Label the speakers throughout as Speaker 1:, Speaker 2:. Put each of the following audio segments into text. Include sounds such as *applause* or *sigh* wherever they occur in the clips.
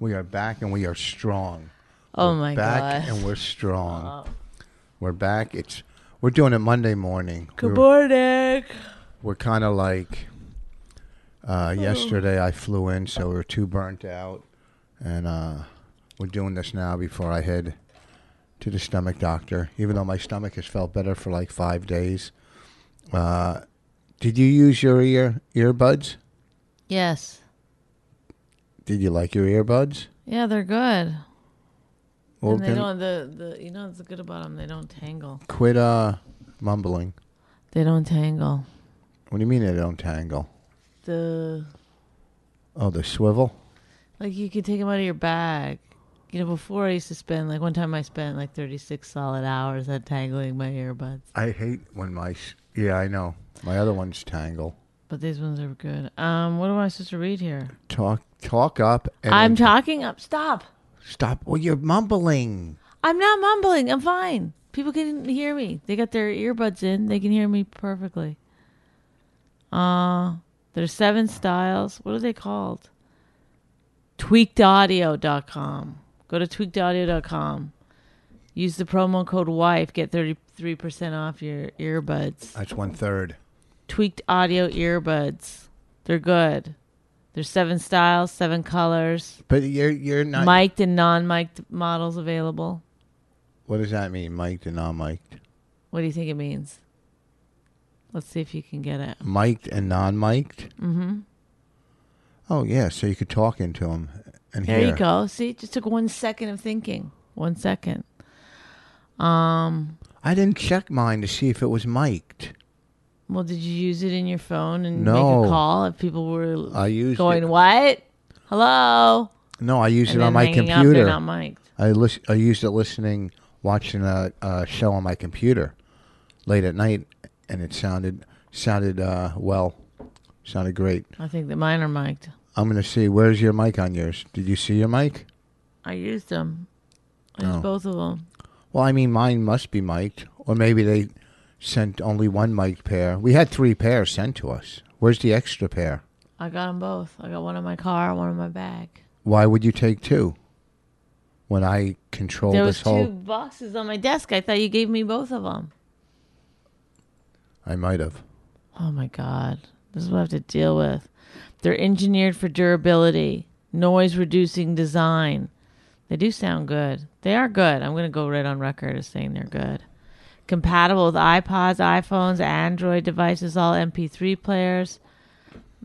Speaker 1: We are back and we are strong.
Speaker 2: Oh my
Speaker 1: back
Speaker 2: god.
Speaker 1: and we're strong. We're back. It's we're doing it Monday morning.
Speaker 2: Good
Speaker 1: We're-
Speaker 2: morning.
Speaker 1: we're kind of like uh,
Speaker 2: Oh.
Speaker 1: yesterday I flew in, so we were too burnt out, and uh, we're doing this now before I head to the stomach doctor. Even though my stomach has felt better for like five days. Uh, did you use your ear earbuds?
Speaker 2: Yes.
Speaker 1: Did you like your earbuds?
Speaker 2: Yeah, they're good.
Speaker 1: Well,
Speaker 2: and they
Speaker 1: then
Speaker 2: don't the, the you know what's good about them? They don't tangle.
Speaker 1: quit uh, mumbling.
Speaker 2: They don't tangle.
Speaker 1: What do you mean they don't tangle?
Speaker 2: The
Speaker 1: Oh, the swivel.
Speaker 2: like you could take them out of your bag. You know, before I used to spend like one time I spent like thirty six solid hours untangling my earbuds.
Speaker 1: I hate when my s- yeah, I know my other ones tangle.
Speaker 2: But these ones are good. Um, what am I supposed to read here?
Speaker 1: Talk, talk up. And
Speaker 2: I'm
Speaker 1: then-
Speaker 2: talking up. Stop.
Speaker 1: Stop. Well, you're mumbling.
Speaker 2: I'm not mumbling. I'm fine. People can hear me. They got their earbuds in. They can hear me perfectly. Uh, there's seven styles. What are they called? Tweakedaudio.com. Go to tweakedaudio.com. Use the promo code WIFE. Get 33% off your earbuds.
Speaker 1: That's one third.
Speaker 2: Tweaked audio earbuds. They're good. There's seven styles, seven colors,
Speaker 1: But you're you're not.
Speaker 2: mic'd and non mic'd models available.
Speaker 1: What does that mean, mic'd and non-mic'd?
Speaker 2: What do you think it means? Let's see if you can get it.
Speaker 1: Mic'd and non-mic'd. Mm-hmm. Oh yeah, so you could talk into them and
Speaker 2: There
Speaker 1: hear.
Speaker 2: you go. See, it just took one second of thinking. One second. Um.
Speaker 1: I didn't check mine to see if it was mic'd.
Speaker 2: Well, did you use it in your phone and
Speaker 1: No.
Speaker 2: make a call if people were
Speaker 1: I used
Speaker 2: going
Speaker 1: it. what?
Speaker 2: what? Hello.
Speaker 1: No, I used it on
Speaker 2: then
Speaker 1: my
Speaker 2: hanging up, they're
Speaker 1: computer.
Speaker 2: not mic'd.
Speaker 1: I lis- I used it listening, watching a, a show on my computer late at night, and it sounded sounded uh, well, sounded great.
Speaker 2: I think that mine are mic'd.
Speaker 1: I'm gonna see. Where's your mic on yours? Did you see your mic?
Speaker 2: I used them. I used
Speaker 1: Oh.
Speaker 2: both of them.
Speaker 1: Well, I mean, mine must be mic'd, or maybe they sent only one mic pair. We had three pairs sent to us. Where's the extra pair?
Speaker 2: I got them both. I got one in my car, one in my bag.
Speaker 1: Why would you take two? When I control
Speaker 2: there
Speaker 1: this
Speaker 2: was
Speaker 1: whole,
Speaker 2: two boxes on my desk. I thought you gave me both of them.
Speaker 1: I might have.
Speaker 2: Oh my God. This is what I have to deal with. They're engineered for durability, noise reducing design. They do sound good. They are good. I'm going to go right on record as saying they're good. Compatible with iPods, iPhones, Android devices, all MP3 players,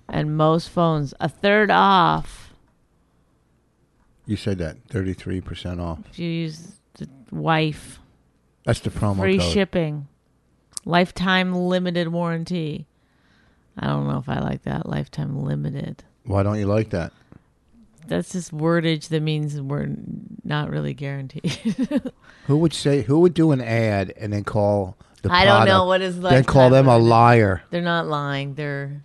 Speaker 2: and most phones. A third off
Speaker 1: You said that thirty-three percent off.
Speaker 2: if you use the wife.
Speaker 1: That's the promo
Speaker 2: Free
Speaker 1: code.
Speaker 2: shipping, lifetime limited warranty. I don't know if I like that. Lifetime limited.
Speaker 1: Why don't you like that?
Speaker 2: That's just wordage that means we're not really guaranteed. *laughs*
Speaker 1: Who would say? Who would do an ad and then call the?
Speaker 2: I don't know
Speaker 1: product,
Speaker 2: what is
Speaker 1: Then
Speaker 2: lifetime
Speaker 1: call them a
Speaker 2: limited.
Speaker 1: liar.
Speaker 2: They're not lying. They're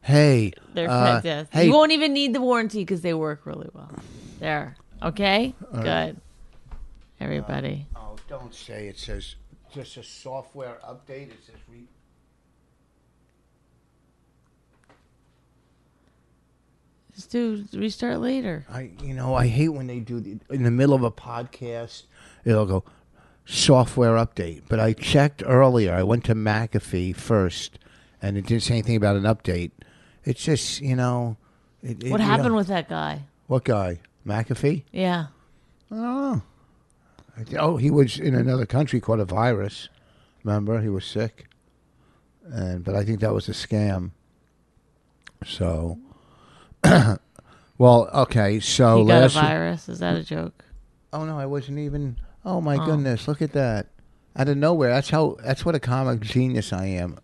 Speaker 1: Hey,
Speaker 2: they're
Speaker 1: uh,
Speaker 2: yes.
Speaker 1: hey,
Speaker 2: You won't even need the warranty because they work really well. There. Okay. Good. Everybody.
Speaker 1: Oh, don't say it says just a software update. It says re-
Speaker 2: Just do restart later.
Speaker 1: I. You know, I hate when they do the, in the middle of a podcast. It'll go software update. But I checked earlier. I went to McAfee first, and it didn't say anything about an update. It's just you know. It, it-
Speaker 2: What
Speaker 1: you
Speaker 2: happened
Speaker 1: know-
Speaker 2: with that guy?
Speaker 1: what guy? McAfee.
Speaker 2: Yeah.
Speaker 1: I don't know. Oh, I th- Oh, he was in another country, caught a virus. Remember, he was sick. and but I think that was a scam. So, *coughs* well, okay. So
Speaker 2: he got a
Speaker 1: Oh, last.
Speaker 2: virus. Is that a joke?
Speaker 1: oh no, I wasn't even. Oh my goodness! Look at that. Out of nowhere. That's how. That's what a comic genius I am.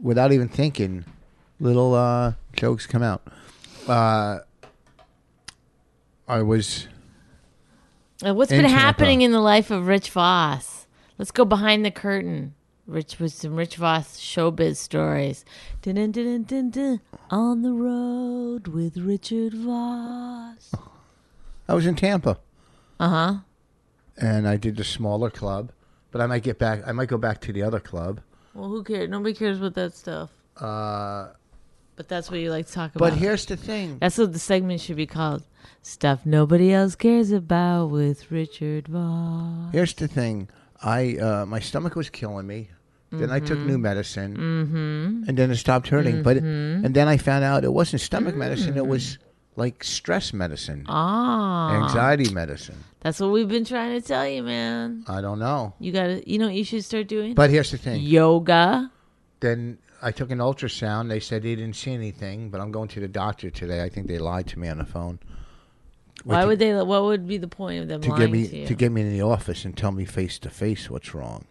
Speaker 1: Without even thinking, little uh, jokes come out. Uh, I was.
Speaker 2: Uh, What's been
Speaker 1: Internet,
Speaker 2: happening
Speaker 1: huh?
Speaker 2: in the life of Rich Voss? Let's go behind the curtain. Rich with some Rich Voss showbiz stories. Dun, dun, dun, dun, dun, dun. On the road with Richard Voss.
Speaker 1: I was in Tampa.
Speaker 2: Uh huh.
Speaker 1: and I did the smaller club, but I might get back. I might go back to the other club.
Speaker 2: Well, who cares? Nobody cares about that stuff. Uh, but that's what you like to talk about.
Speaker 1: But here's the thing.
Speaker 2: that's what the segment should be called. Stuff nobody else cares about with Richard Voss.
Speaker 1: Here's the thing. I uh, my stomach was killing me. Then I took new medicine, mm-hmm. and then it stopped hurting. But and then I found out it wasn't stomach medicine. It was like stress medicine,
Speaker 2: Ah,
Speaker 1: anxiety medicine.
Speaker 2: that's what we've been trying to tell you, man.
Speaker 1: I don't know.
Speaker 2: You gotta, you know, what you should start doing
Speaker 1: But here's the thing.
Speaker 2: yoga.
Speaker 1: Then I took an ultrasound. They said they didn't see anything, but I'm going to the doctor today. I think they lied to me on the phone.
Speaker 2: Why would they? What would be the point of them
Speaker 1: to
Speaker 2: lying
Speaker 1: get me
Speaker 2: to
Speaker 1: to,
Speaker 2: you?
Speaker 1: get me in the office and tell me face to face what's wrong.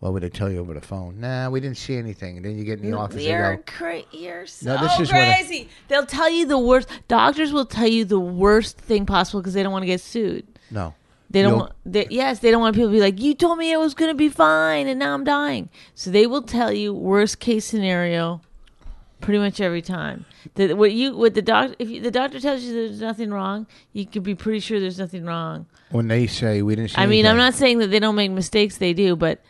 Speaker 1: Why would they tell you over the phone? Nah, we didn't see anything. And then you get in the office
Speaker 2: You're,
Speaker 1: and go,
Speaker 2: cra- you're so
Speaker 1: No, this is what I-
Speaker 2: crazy. They'll tell you the worst. Doctors will tell you the worst thing possible because they don't want to get sued.
Speaker 1: no.
Speaker 2: They don't
Speaker 1: You'll-
Speaker 2: want. They, yes, they don't want people to be like, "You told me it was going to be fine, and now I'm dying." So they will tell you worst case scenario, pretty much every time. That what you what the doctor if you, the doctor tells you there's nothing wrong, you could be pretty sure there's nothing wrong.
Speaker 1: when they say we didn't see
Speaker 2: I mean,
Speaker 1: anything,
Speaker 2: I'm not saying that they don't make mistakes; they do, but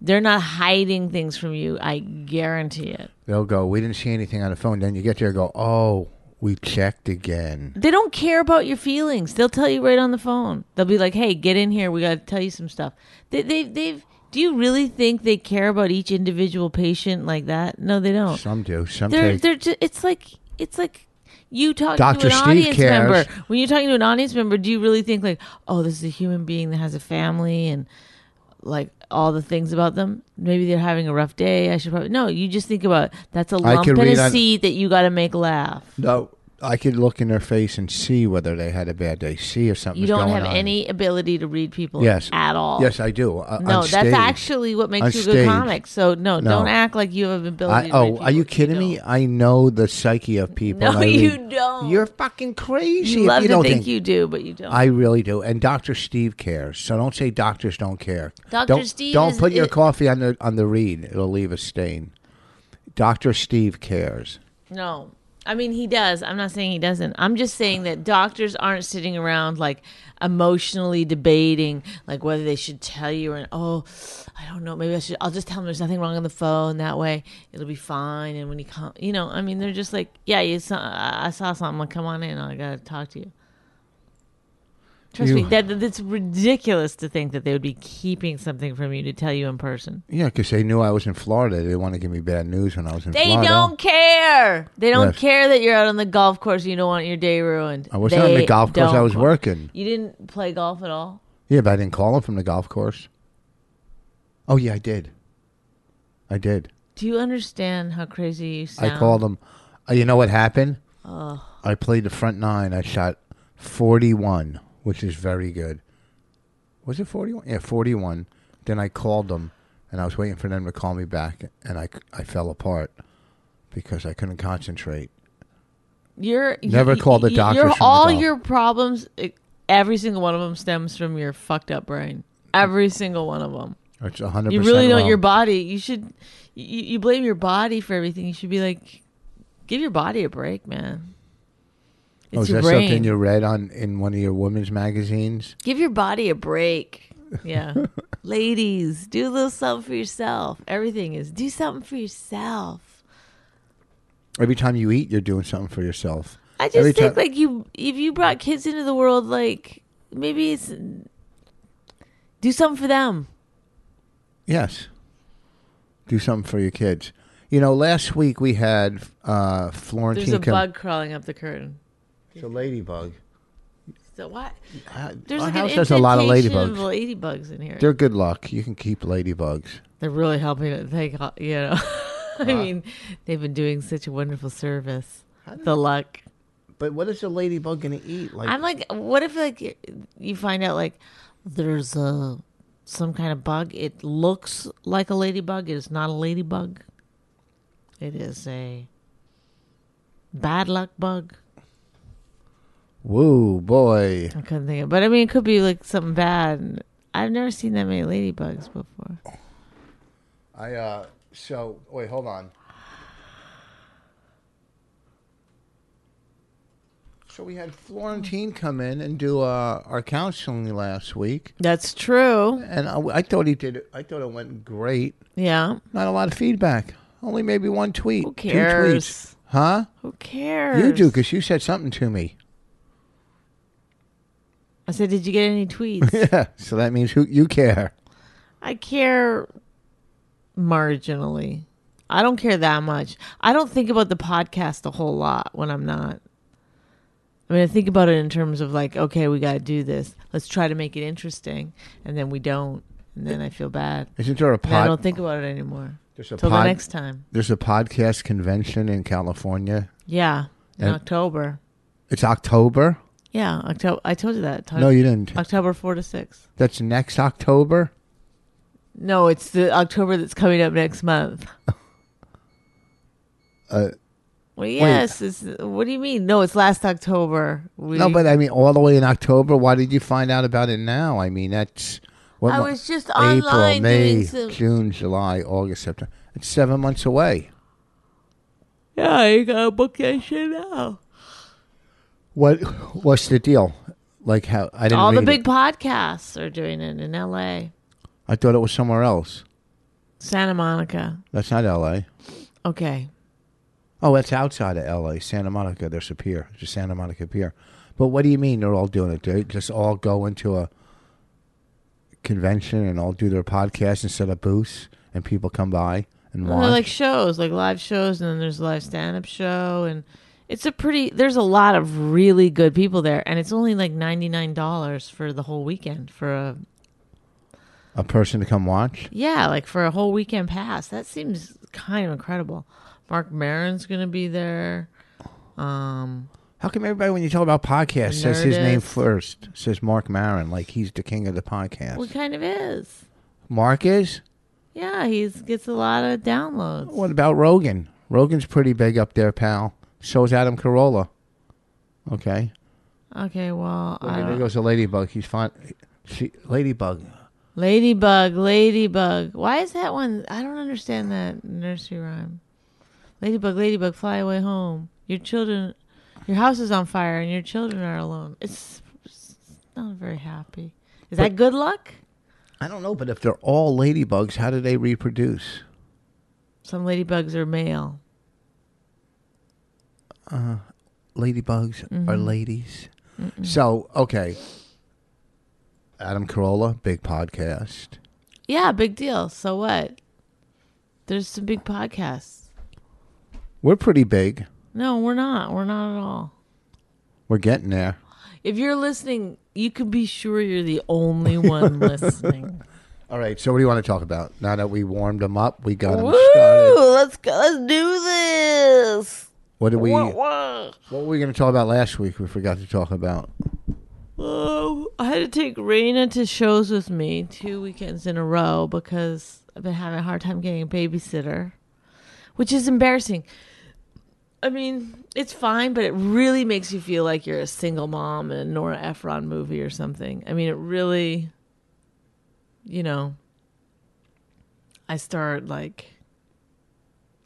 Speaker 2: they're not hiding things from you. I guarantee it.
Speaker 1: they'll go, we didn't see anything on the phone. Then you get there and go, oh, we checked again.
Speaker 2: They don't care about your feelings. They'll tell you right on the phone. They'll be like, "Hey, get in here. We got to tell you some stuff." They, they, they've. Do you really think they care about each individual patient like that? No, they don't.
Speaker 1: Some do. Some
Speaker 2: They're,
Speaker 1: take.
Speaker 2: they're. Just, it's like, it's like you talking
Speaker 1: Dr.
Speaker 2: to an
Speaker 1: Steve
Speaker 2: audience
Speaker 1: cares.
Speaker 2: member. When you're talking to an audience member, do you really think like, "Oh, this is a human being that has a family and like all the things about them. Maybe they're having a rough day. I should probably no. You just think about that's a
Speaker 1: I
Speaker 2: lump
Speaker 1: could
Speaker 2: and
Speaker 1: read
Speaker 2: a
Speaker 1: on-
Speaker 2: seed that you got to make laugh."
Speaker 1: no, I could look in their face and see whether they had a bad day, see if something
Speaker 2: You
Speaker 1: was
Speaker 2: don't
Speaker 1: going
Speaker 2: have
Speaker 1: on.
Speaker 2: any ability to read people
Speaker 1: Yes.
Speaker 2: at all.
Speaker 1: Yes, I do. Uh,
Speaker 2: No,
Speaker 1: on
Speaker 2: that's
Speaker 1: stage.
Speaker 2: actually what makes
Speaker 1: On
Speaker 2: you a good
Speaker 1: stage.
Speaker 2: comic. So no,
Speaker 1: No.
Speaker 2: don't act like you have
Speaker 1: I,
Speaker 2: ability. to read
Speaker 1: oh, are
Speaker 2: people.
Speaker 1: you kidding me?
Speaker 2: don't.
Speaker 1: I know the psyche of people.
Speaker 2: No,
Speaker 1: and I
Speaker 2: you
Speaker 1: read-
Speaker 2: don't.
Speaker 1: You're fucking crazy.
Speaker 2: You
Speaker 1: if
Speaker 2: love
Speaker 1: you
Speaker 2: to
Speaker 1: don't
Speaker 2: think, you do, but you don't.
Speaker 1: I really do. And Dr. Steve cares. So don't say doctors don't care.
Speaker 2: Dr.
Speaker 1: Don't,
Speaker 2: Steve
Speaker 1: don't
Speaker 2: is-
Speaker 1: put your
Speaker 2: i-
Speaker 1: coffee on the on the reed. It'll leave a stain. Dr. Steve cares.
Speaker 2: no, I mean he does. I'm not saying he doesn't. I'm just saying that doctors aren't sitting around like emotionally debating like whether they should tell you or oh, I don't know. Maybe I should. I'll just tell them there's nothing wrong on the phone. That way it'll be fine. And when you come, you know, I mean, they're just like, yeah, you saw. I saw something. Like, come on in. I gotta talk to you. Trust
Speaker 1: You-
Speaker 2: me, that that's ridiculous to think that they would be keeping something from you to tell you in person.
Speaker 1: Yeah, because they knew I was in Florida. They didn't want to give me bad news when I was in
Speaker 2: They
Speaker 1: Florida.
Speaker 2: don't care. They don't
Speaker 1: Yes.
Speaker 2: care that you're out on the golf course. You don't want your day ruined.
Speaker 1: I wasn't on
Speaker 2: They
Speaker 1: the golf course. I
Speaker 2: don't
Speaker 1: was
Speaker 2: ca-
Speaker 1: working.
Speaker 2: You didn't play golf at all.
Speaker 1: Yeah, but I didn't call them from the golf course. Oh, yeah, I did. I did.
Speaker 2: Do you understand how crazy you sound?
Speaker 1: I called them. Uh, you know what happened? I played the front nine. I shot 41, which is very good. Was it 41? Yeah, 41. Then I called them, and I was waiting for them to call me back, and I, c- I fell apart because I couldn't concentrate.
Speaker 2: You're
Speaker 1: Never
Speaker 2: you-
Speaker 1: called the
Speaker 2: you-
Speaker 1: doctors
Speaker 2: you're-
Speaker 1: from the
Speaker 2: all
Speaker 1: golf.
Speaker 2: your problems, e- every single one of them stems from your fucked up brain. Every single one of them.
Speaker 1: It's 100%.
Speaker 2: You really don't.
Speaker 1: wrong.
Speaker 2: Your body. You should. You, you blame your body for everything. You should be like, give your body a break, man. It's
Speaker 1: Oh, is
Speaker 2: your
Speaker 1: that
Speaker 2: brain.
Speaker 1: something you read on in one of your women's magazines?
Speaker 2: Give your body a break.
Speaker 1: *laughs*
Speaker 2: Yeah. Ladies, do a little something for yourself. Everything is do something for yourself.
Speaker 1: Every time you eat, you're doing something for yourself.
Speaker 2: I just
Speaker 1: Every
Speaker 2: think
Speaker 1: ti-
Speaker 2: like you if you brought kids into the world like maybe it's do something for them.
Speaker 1: Yes. Do something for your kids. You know, last week we had uh, Florentine.
Speaker 2: There's a
Speaker 1: Kim-
Speaker 2: bug crawling up the curtain.
Speaker 1: It's a ladybug.
Speaker 2: So what?
Speaker 1: How-
Speaker 2: There's
Speaker 1: Uh, our
Speaker 2: like
Speaker 1: house
Speaker 2: an
Speaker 1: has a lot of
Speaker 2: indentation
Speaker 1: ladybugs.
Speaker 2: of ladybugs in here. They're,
Speaker 1: They're good luck. You can keep ladybugs.
Speaker 2: really helping it. They got- you know. *laughs* I mean, they've been doing such a wonderful service. The luck.
Speaker 3: But what is a ladybug gonna eat? Like
Speaker 2: I'm like, what if like you find out like there's a some kind of bug. It looks like a ladybug. It is not a ladybug. It is a bad luck bug.
Speaker 1: Woo, boy.
Speaker 2: I couldn't think of, but I mean, it could be like something bad. I've never seen that many ladybugs before.
Speaker 1: I uh so wait, hold on. So we had Florentine come in and do uh, our counseling last week,
Speaker 2: That's true.
Speaker 1: and I, I thought he did. I thought it went great.
Speaker 2: Yeah.
Speaker 1: Not a lot of feedback. Only maybe one tweet.
Speaker 2: Who
Speaker 1: Two
Speaker 2: cares?
Speaker 1: tweets. Huh?
Speaker 2: Who cares?
Speaker 1: You do because you said something to me.
Speaker 2: I said, did you get any tweets?
Speaker 1: *laughs* Yeah. So that means who you care.
Speaker 2: I care marginally. I don't care that much. I don't think about the podcast a whole lot when I'm not. I mean, I think about it in terms of like, okay, we got to do this. Let's try to make it interesting, and then we don't, and then I feel bad.
Speaker 1: Isn't there a
Speaker 2: And I
Speaker 1: pod?
Speaker 2: don't think about it anymore
Speaker 1: there's a
Speaker 2: till the
Speaker 1: pod-
Speaker 2: next time.
Speaker 1: There's a podcast convention in California.
Speaker 2: Yeah, in
Speaker 1: And-
Speaker 2: October.
Speaker 1: It's October.
Speaker 2: Yeah, October. I told you that. Todd.
Speaker 1: No, you didn't.
Speaker 2: October four to six.
Speaker 1: That's next October.
Speaker 2: No, it's the October that's coming up next month.
Speaker 1: Uh,
Speaker 2: Well, yes. It's, what do you mean? No, it's last October. We,
Speaker 1: No, but I mean, all the way in October. Why did you find out about it now? I mean, that's what
Speaker 2: I
Speaker 1: mon-
Speaker 2: was just
Speaker 1: April,
Speaker 2: online
Speaker 1: May,
Speaker 2: doing some.
Speaker 1: June, July, August, September. It's seven months away.
Speaker 2: Yeah, you gotta book that shit now.
Speaker 1: What? What's the deal? Like how I didn't.
Speaker 2: All the
Speaker 1: read it.
Speaker 2: big podcasts are doing it in L.A.
Speaker 1: I thought it was somewhere else.
Speaker 2: Santa Monica.
Speaker 1: That's not L.A.
Speaker 2: Okay.
Speaker 1: Oh, that's outside of L.A. Santa Monica. There's a pier. There's a Santa Monica Pier. But what do you mean they're all doing it? They just all go into a convention and all do their podcast and set up booths, and people come by and
Speaker 2: Well,
Speaker 1: watch.
Speaker 2: they're like shows, like live shows, and then there's a live stand-up show, and it's a pretty. There's a lot of really good people there, and it's only like ninety nine dollars for the whole weekend for a
Speaker 1: a person to come watch.
Speaker 2: yeah, like for a whole weekend pass. That seems kind of incredible. Mark Maron's gonna be there. Um,
Speaker 1: How come everybody, when you talk about podcasts, says his name
Speaker 2: Nerdist.
Speaker 1: first? Says Mark Maron, like he's the king of the podcast.
Speaker 2: well, he kind of is.
Speaker 1: Mark is.
Speaker 2: Yeah, he's gets a lot of downloads.
Speaker 1: What about Rogan? Rogan's pretty big up there, pal. So is Adam Carolla. Okay.
Speaker 2: Okay, well, uh, I
Speaker 1: Well, there
Speaker 2: don't-
Speaker 1: goes a ladybug. He's fine. She, ladybug.
Speaker 2: ladybug, ladybug. Why is that one? I don't understand that nursery rhyme. Ladybug, ladybug, fly away home. Your children, your house is on fire, and your children are alone. It's, it's not very happy. Is that good luck?
Speaker 1: I don't know, but if they're all ladybugs, how do they reproduce?
Speaker 2: Some ladybugs are male.
Speaker 1: Ladybugs are
Speaker 2: Mm-hmm.
Speaker 1: ladies. So okay. Adam Carolla, big podcast.
Speaker 2: Yeah, big deal. So what? There's some big podcasts.
Speaker 1: We're pretty big.
Speaker 2: No, we're not. We're not at all.
Speaker 1: We're getting there.
Speaker 2: If you're listening, you can be sure you're the only *laughs* one listening.
Speaker 1: All right, so what do you want to talk about? Now that we warmed them up, we got them
Speaker 2: Woo!
Speaker 1: started.
Speaker 2: Let's go. Let's do this.
Speaker 1: What did we?
Speaker 2: Wah,
Speaker 1: What
Speaker 2: wah.
Speaker 1: were we going to talk about last week? We forgot to talk about.
Speaker 2: Oh, I had to take Raina to shows with me two weekends in a row because I've been having a hard time getting a babysitter, which is embarrassing. I mean, it's fine, but it really makes you feel like you're a single mom in a Nora Ephron movie or something. I mean, it really, you know, I start like,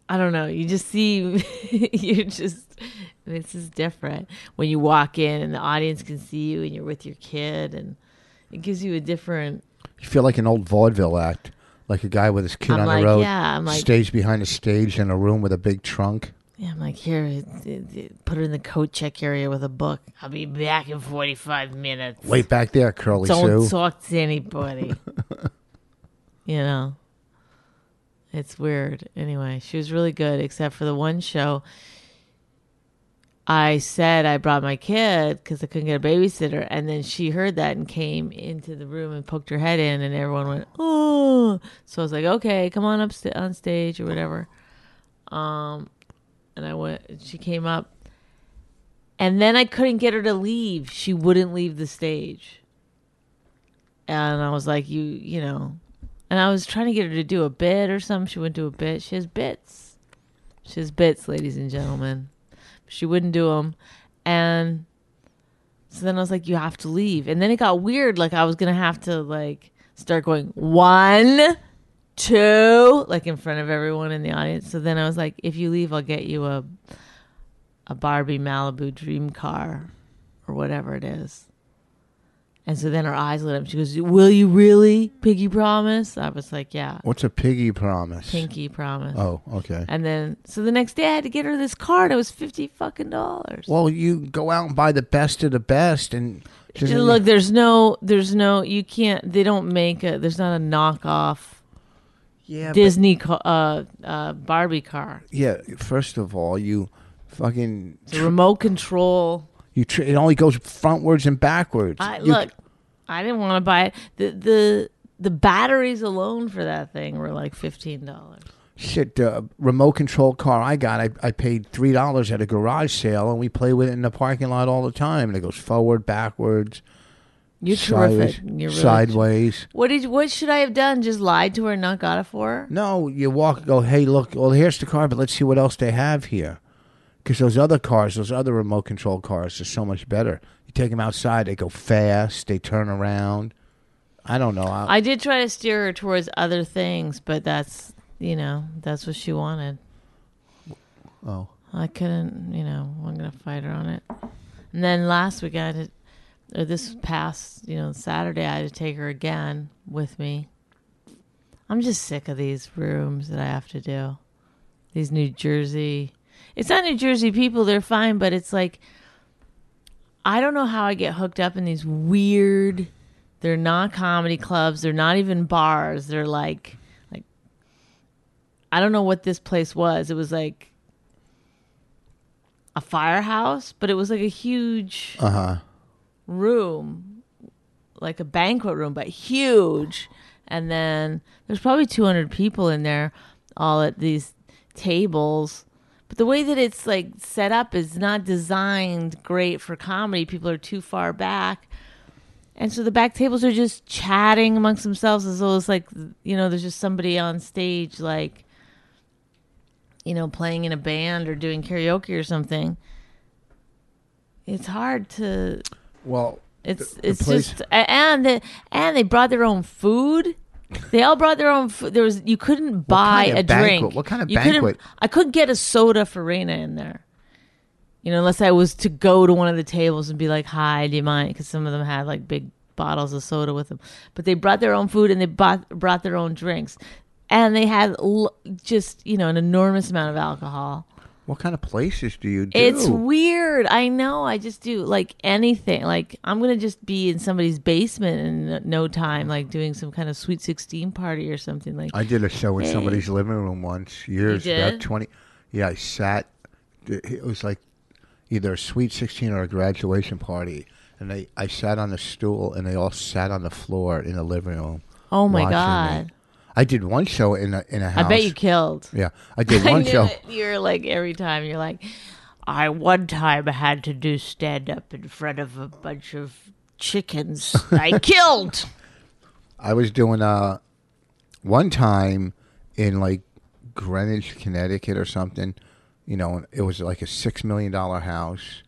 Speaker 2: I don't know, you just see, *laughs* you just, this is different when you walk in and the audience can see you and you're with your kid and it gives you a different,
Speaker 1: You feel like an old vaudeville act, like a guy with his kid
Speaker 2: I'm
Speaker 1: on
Speaker 2: like,
Speaker 1: the road,
Speaker 2: yeah, I'm like-
Speaker 1: stage behind a stage in a room with a big trunk.
Speaker 2: yeah, I'm like, here, it- it- it- put her in the coat check area with a book. I'll be back in 45 minutes.
Speaker 1: Wait back there, Curly
Speaker 2: don't
Speaker 1: Sue.
Speaker 2: talk to anybody. *laughs* you know, it's weird. Anyway, she was really good, except for the one show. I said I brought my kid because I couldn't get a babysitter, and then she heard that and came into the room and poked her head in, and everyone went oh. So I was like, okay, come on up st- on stage or whatever. Um, and I went. She came up, and then I couldn't get her to leave. She wouldn't leave the stage. And I was like, you, you know, and I was trying to get her to do a bit or something. She wouldn't do a bit. She has bits. She has bits, ladies and gentlemen. She wouldn't do them, and so then I was like, you have to leave. And then it got weird. Like I was gonna have to like start going one, two, like in front of everyone in the audience. So then I was like, if you leave, I'll get you a a Barbie Malibu dream car or whatever it is. And so then her eyes lit up. She goes, Will you really? Piggy promise? I was like, Yeah.
Speaker 1: What's a piggy promise?
Speaker 2: Pinky promise.
Speaker 1: Oh, okay.
Speaker 2: And then so the next day I had to get her this card. It was fifty fucking dollars.
Speaker 1: Well, you go out and buy the best of the best, and just
Speaker 2: Yeah, Look, there's no, there's no, you can't. They don't make a. There's not a knockoff
Speaker 1: yeah, but-
Speaker 2: Disney ca- uh, uh, Barbie car.
Speaker 1: yeah. First of all, you fucking
Speaker 2: It's a remote control.
Speaker 1: you. Tr- it only goes frontwards and backwards.
Speaker 2: I
Speaker 1: You-
Speaker 2: look. I didn't want to buy it. The the the batteries alone for that thing were like fifteen dollars.
Speaker 1: shit. The remote control car I got, I, I paid three dollars at a garage sale, and we play with it in the parking lot all the time. And it goes forward, backwards,
Speaker 2: You're
Speaker 1: sideways,
Speaker 2: terrific. You're really
Speaker 1: sideways.
Speaker 2: What did? What should I have done? Just lied to her and not got it for her?
Speaker 1: No, you walk and go, hey, look, well, here's the car, but let's see what else they have here. Because those other cars, those other remote control cars, are so much better. You take them outside, they go fast, they turn around. I don't know. I,
Speaker 2: I did try to steer her towards other things, but that's you know that's what she wanted.
Speaker 1: oh,
Speaker 2: I couldn't, you know, I'm gonna fight her on it. And then last week I had, to, or this past, you know, Saturday I had to take her again with me. I'm just sick of these rooms that I have to do. These New Jersey, it's not New Jersey people; they're fine, but it's like I don't know how I get hooked up in these weird. They're not comedy clubs. They're not even bars. They're like, like I don't know what this place was. It was like a firehouse, but it was like a huge room, like a banquet room, but huge. And then there's probably 200 people in there, all at these tables. But the way that it's like set up is not designed great for comedy. People are too far back. And so the back tables are just chatting amongst themselves as though it's like, you know, there's just somebody on stage, like, you know, playing in a band or doing karaoke or something. It's hard to
Speaker 1: well,
Speaker 2: it's
Speaker 1: the
Speaker 2: it's
Speaker 1: place-
Speaker 2: just a- and the, and they brought their own food. They all brought their own food. There was you couldn't buy
Speaker 1: kind of
Speaker 2: a drink.
Speaker 1: banquet? What kind of
Speaker 2: You couldn't-
Speaker 1: banquet?
Speaker 2: I couldn't get a soda for Raina in there. You know, unless I was to go to one of the tables and be like, "Hi, do you mind?" Because some of them had like big bottles of soda with them. But they brought their own food and they bought, brought their own drinks, and they had l- just you know an enormous amount of alcohol.
Speaker 1: what kind of places do you do?
Speaker 2: It's weird. I know. I just do like anything. Like I'm gonna just be in somebody's basement in n- no time, like doing some kind of sweet sixteen party or something. Like
Speaker 1: I did a show in
Speaker 2: Hey.
Speaker 1: somebody's living room once years
Speaker 2: You
Speaker 1: about
Speaker 2: did?
Speaker 1: twenty. Yeah, I sat. It was like either a sweet sixteen or a graduation party, and they I sat on a stool, and they all sat on the floor in the living room.
Speaker 2: Oh, my
Speaker 1: watching me.
Speaker 2: God.
Speaker 1: I did one show in a in a house.
Speaker 2: I bet you killed. *laughs*
Speaker 1: Yeah, I did
Speaker 2: I
Speaker 1: one
Speaker 2: knew
Speaker 1: show.
Speaker 2: it. You're like every time you're like, I one time had to do stand up in front of a bunch of chickens. *laughs* I killed.
Speaker 1: I was doing uh one time in like Greenwich, Connecticut or something. You know, and it was like a six million dollar house.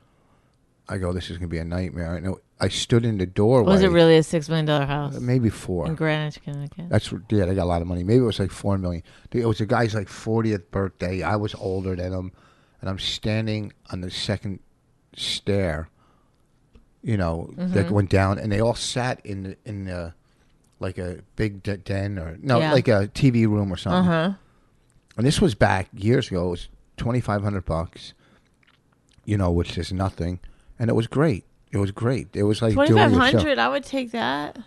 Speaker 1: I go, this is gonna be a nightmare. And it- I stood in the doorway.
Speaker 2: Was it really a six million dollar house
Speaker 1: Maybe four.
Speaker 2: in Greenwich, Connecticut?
Speaker 1: That's yeah, they got a lot of money. Maybe it was like four million. It was a guy's like fortieth birthday. I was older than him, and I'm standing on the second stair. You know, that
Speaker 2: Mm-hmm.
Speaker 1: went down, and they all sat in the, in the, like a big d- den or no,
Speaker 2: Yeah. Uh-huh.
Speaker 1: like a TV room or something. And this was back years ago. It was twenty five hundred bucks. You know, which is nothing, and it was great. It was great. It was like doing
Speaker 2: Twenty
Speaker 1: a
Speaker 2: five
Speaker 1: show
Speaker 2: hundred. I would take that.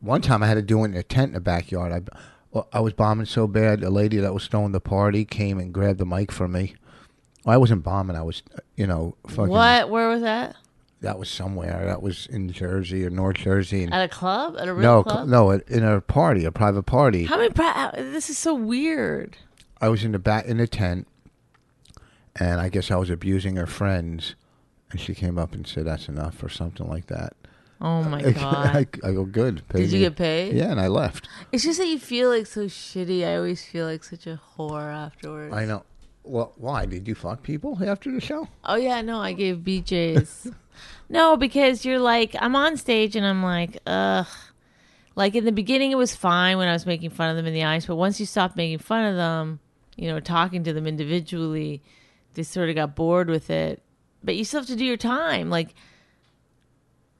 Speaker 1: one time I had to do it in a tent in the backyard. I, well, I was bombing so bad, a lady that was throwing the party came and grabbed the mic from me. Well, I wasn't bombing. I was, uh, you know, fucking.
Speaker 2: What? Where was that?
Speaker 1: That was somewhere. That was in Jersey or North Jersey. And
Speaker 2: At a club? At a real
Speaker 1: no,
Speaker 2: club?
Speaker 1: no, in a party, a private party.
Speaker 2: uh, How many? Pri- how- this is so weird.
Speaker 1: I was in the back in the tent, and I guess I was abusing her friends, and she came up and said that's enough or something like that.
Speaker 2: Oh
Speaker 1: *laughs*
Speaker 2: my
Speaker 1: I,
Speaker 2: god!
Speaker 1: I go good. pay
Speaker 4: Did you
Speaker 1: me."
Speaker 4: get paid?
Speaker 1: Yeah, and I left.
Speaker 4: It's just that you feel like so shitty. I always feel like such a whore afterwards.
Speaker 1: I know. Well, why did you fuck people after the show?
Speaker 4: Oh yeah, no, I gave
Speaker 1: *laughs*
Speaker 4: BJ's.
Speaker 2: No, because you're like I'm on stage and I'm like, ugh. Like in the beginning, it was fine when I was making fun of them in the ice, but once you stopped making fun of them, you know, talking to them individually, they sort of got bored with it. But you still have to do your time. Like,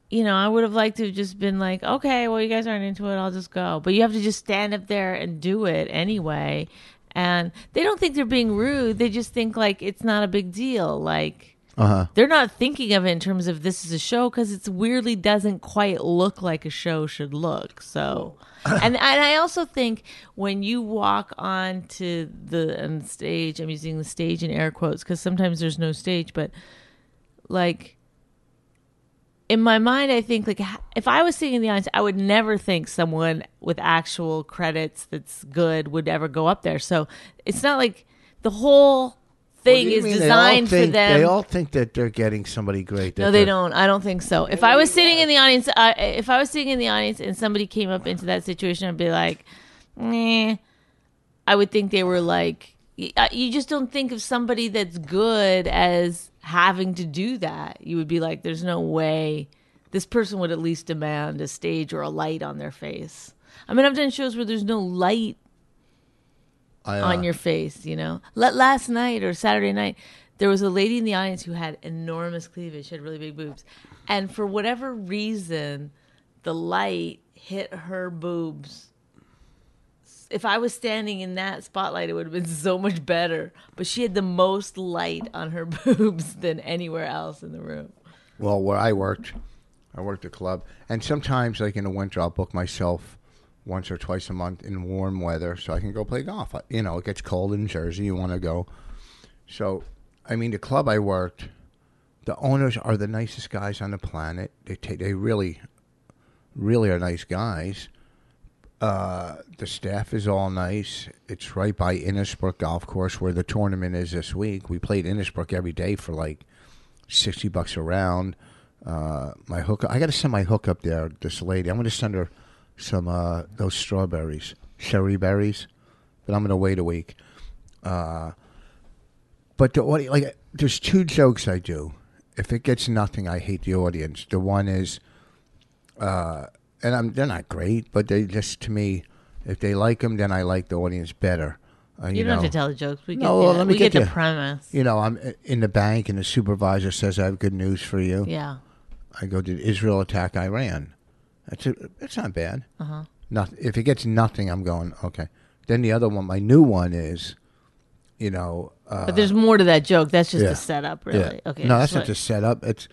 Speaker 2: you know, I would have liked to have just been like, okay, well, you guys aren't into it, I'll just go. But you have to just stand up there and do it anyway. And they don't think they're being rude. They just think like it's not a big deal. Like,
Speaker 1: Uh huh.
Speaker 2: they're not thinking of it in terms of this is a show because it's weirdly doesn't quite look like a show should look. So, *laughs* and and I also think when you walk onto the on stage, I'm using the stage in air quotes because sometimes there's no stage, but like in my mind, I think like h- if I was sitting in the audience, I would never think someone with actual credits that's good would ever go up there. So it's not like the whole
Speaker 1: What
Speaker 2: thing
Speaker 1: do you
Speaker 2: is
Speaker 1: mean they all
Speaker 2: designed for
Speaker 1: think-
Speaker 2: them.
Speaker 1: They all think that they're getting somebody great. that
Speaker 2: No, they
Speaker 1: they're-
Speaker 2: don't. I don't think so. If I was sitting in the audience, I, if I was sitting in the audience and somebody came up into that situation, I'd be like, "Meh." I would think they were like, y- uh, you just don't think of somebody that's good as having to do that. You would be like, there's no way this person would at least demand a stage or a light on their face. I mean, I've done shows where there's no light
Speaker 1: I, uh,
Speaker 2: on your face, you know. Let last night or Saturday night, there was a lady in the audience who had enormous cleavage. She had really big boobs, and for whatever reason, the light hit her boobs. If I was standing in that spotlight, it would have been *laughs* so much better. But she had the most light on her *laughs* boobs than anywhere else in the room.
Speaker 1: well, where I worked, I worked a club, and sometimes, like in the winter, I'll book myself once or twice a month in warm weather so I can go play golf. I- You know, it gets cold in Jersey. You want to go. So, I mean, the club I worked, the owners are the nicest guys on the planet. They ta- they really, really are nice guys. Uh, the staff is all nice. It's right by Innisbrook Golf Course where the tournament is this week. We played Innisbrook every day for like sixty bucks a round. Uh, my hook. I got to send my hook up there. This lady. I'm going to send her some uh, those strawberries, cherry berries. But I'm going to wait a week. But the audience, like, there's two jokes I do. If it gets nothing, I hate the audience. The one is, uh, and I'm they're not great, but they just to me, if they like them, then I like the audience better. Uh,
Speaker 2: You,
Speaker 1: you,
Speaker 2: don't
Speaker 1: know,
Speaker 2: have to tell the jokes. We get,
Speaker 1: No,
Speaker 2: the,
Speaker 1: well, let me
Speaker 2: we
Speaker 1: get
Speaker 2: get, the
Speaker 1: you-
Speaker 2: premise.
Speaker 1: You know, I'm uh, in the bank, and the supervisor says, "I have good news for you."
Speaker 2: yeah.
Speaker 1: I go, "Did Israel attack Iran?" That's a, that's not bad. Uh-huh. Not if it gets nothing, I'm going okay. Then the other one, my new one is, you know, uh,
Speaker 2: But there's more to that joke. That's just
Speaker 1: yeah.
Speaker 2: the setup, really. Okay.
Speaker 1: No, that's
Speaker 2: so-
Speaker 1: not the setup. It's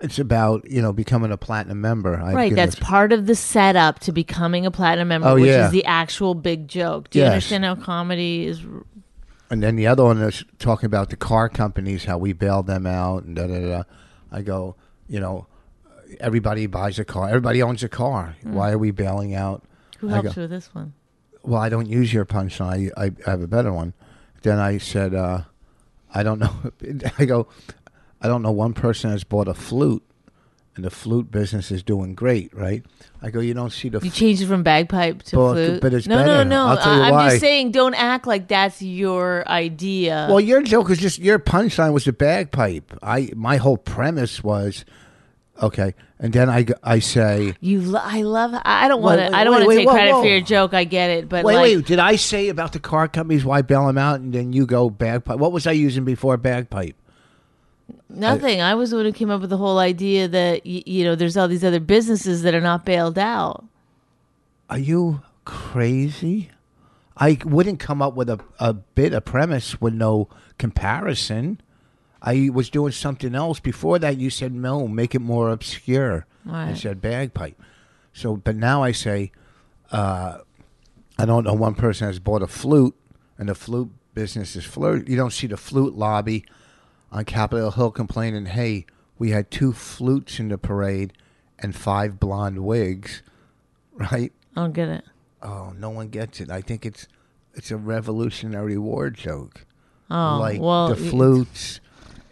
Speaker 1: it's about you know becoming a platinum member. I've
Speaker 2: Right,
Speaker 1: given
Speaker 2: that's
Speaker 1: this-
Speaker 2: part of the setup to becoming a platinum member,
Speaker 1: Oh,
Speaker 2: which
Speaker 1: yeah.
Speaker 2: is the actual big joke. Do you
Speaker 1: Yes.
Speaker 2: understand how comedy is?
Speaker 1: and then the other one is talking about the car companies, how we bailed them out, and da da da. I go, you know, everybody buys a car. Everybody owns a car.
Speaker 2: Hmm.
Speaker 1: Why are we bailing out?
Speaker 2: Who
Speaker 1: I
Speaker 2: helps
Speaker 1: go-
Speaker 2: you with this one?
Speaker 1: Well, I don't use your punchline. I, I, I have a better one. Then I said, uh, I don't know. *laughs* I go, I don't know. One person has bought a flute, and the flute business is doing great, right? I go, you don't see the
Speaker 2: You changed it from bagpipe to
Speaker 1: Well,
Speaker 2: flute.
Speaker 1: but it's
Speaker 2: no,
Speaker 1: better.
Speaker 2: no, no.
Speaker 1: I'll tell you
Speaker 2: I- I'm
Speaker 1: why.
Speaker 2: just saying, don't act like that's your idea.
Speaker 1: Well, your joke was just your punchline was the bagpipe. I my whole premise was okay, and then I g- I say
Speaker 2: you, lo- I love. I I don't
Speaker 1: Wait,
Speaker 2: want
Speaker 1: wait,
Speaker 2: to. I don't
Speaker 1: wait,
Speaker 2: want to
Speaker 1: wait,
Speaker 2: take
Speaker 1: whoa,
Speaker 2: credit
Speaker 1: whoa.
Speaker 2: for your joke. I get it, but
Speaker 1: wait
Speaker 2: like,
Speaker 1: wait did I say about the car companies why bail them out and then you go bagpipe? What was I using before bagpipe?
Speaker 2: nothing. I, was the one who came up with the whole idea that y- you know there's all these other businesses that are not bailed out.
Speaker 1: Are you crazy? I wouldn't come up with a, a bit a premise with no comparison. I was doing something else before that. You said no, make it more obscure. I
Speaker 2: Right.
Speaker 1: said bagpipe. So, but now I say, uh, I don't know. One person has bought a flute, and the flute business is flirt. You don't see the flute lobby on Capitol Hill complaining, "Hey, we had two flutes in the parade and five blonde wigs," *laughs* right?
Speaker 2: I don't get it.
Speaker 1: Oh, no one gets it. I think it's it's a Revolutionary War joke.
Speaker 2: Oh,
Speaker 1: like
Speaker 2: well,
Speaker 1: the
Speaker 2: y-
Speaker 1: flutes.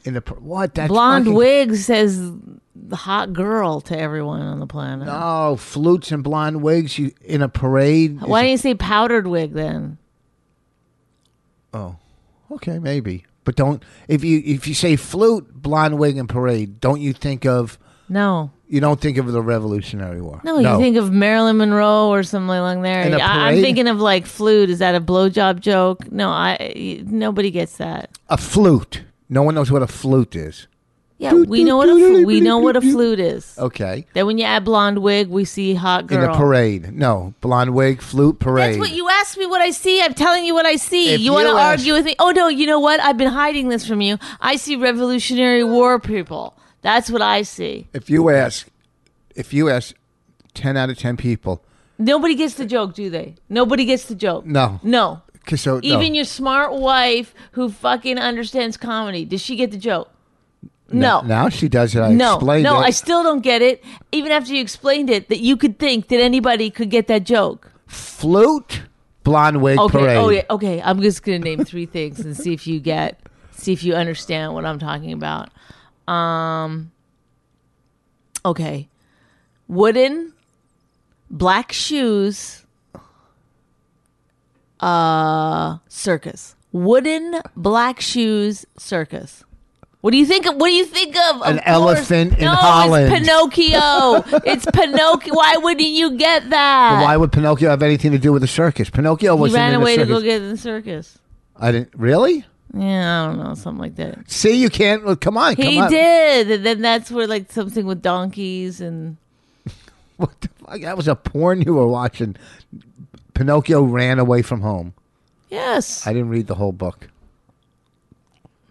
Speaker 1: In the pr- what that's
Speaker 2: Blonde
Speaker 1: fucking-
Speaker 2: wig says the hot girl to everyone on the planet.
Speaker 1: No, flutes and blonde wigs you, in a parade. is
Speaker 2: Why don't you say powdered wig then?
Speaker 1: Oh, okay, maybe. But don't if you if you say flute, blonde wig, and parade, don't you think of
Speaker 2: No.
Speaker 1: you don't think of the Revolutionary War?
Speaker 2: No, you think of Marilyn Monroe or something along there.
Speaker 1: And a
Speaker 2: I, I'm
Speaker 1: parade?
Speaker 2: thinking of like flute. Is that a blowjob joke? No, I nobody gets that.
Speaker 1: a flute. No one knows what a flute is.
Speaker 2: Yeah, we know what a flu- we know what a flute is.
Speaker 1: Okay,
Speaker 2: Then when you add blonde wig, we see hot girl.
Speaker 1: in a parade. No, blonde wig, flute, parade.
Speaker 2: That's what you asked me what I see. I'm telling you what I see.
Speaker 1: If
Speaker 2: you want to
Speaker 1: you ask-
Speaker 2: argue with me? Oh no, you know what? I've been hiding this from you. I see Revolutionary War people. That's what I see.
Speaker 1: if you ask, if you ask, ten out of ten people,
Speaker 2: Nobody gets the joke, do they? Nobody gets the joke.
Speaker 1: no,
Speaker 2: No.
Speaker 1: 'Cause so
Speaker 2: Even
Speaker 1: no.
Speaker 2: your smart wife who fucking understands comedy, does she get the joke? No.
Speaker 1: N- Now she does it. I
Speaker 2: no,
Speaker 1: explained
Speaker 2: no,
Speaker 1: it.
Speaker 2: I still don't get it. Even after you explained it, that you could think that anybody could get that joke.
Speaker 1: flute, blonde wig,
Speaker 2: Okay,
Speaker 1: parade.
Speaker 2: oh yeah, okay. I'm just gonna name three things and see if you get, see if you understand what I'm talking about. Um, okay, wooden, black shoes, uh, circus. Wooden black shoes circus. What do you think of? What do you think of? Of
Speaker 1: An
Speaker 2: course-
Speaker 1: elephant in
Speaker 2: no,
Speaker 1: Holland.
Speaker 2: It's Pinocchio. it's Pinocchio. Why wouldn't you get that?
Speaker 1: Why would Pinocchio have anything to do with the circus? Pinocchio
Speaker 2: Uh, he
Speaker 1: wasn't
Speaker 2: ran
Speaker 1: in
Speaker 2: away
Speaker 1: the
Speaker 2: to
Speaker 1: circus.
Speaker 2: go get in the circus.
Speaker 1: I didn't really.
Speaker 2: Yeah, I don't know, something like that.
Speaker 1: See, you can't. well, Come on,
Speaker 2: He
Speaker 1: come on.
Speaker 2: did, and then that's where like something with donkeys and
Speaker 1: *laughs* What the fuck? That was a porn you were watching. Pinocchio ran away from home.
Speaker 2: yes,
Speaker 1: I didn't read the whole book.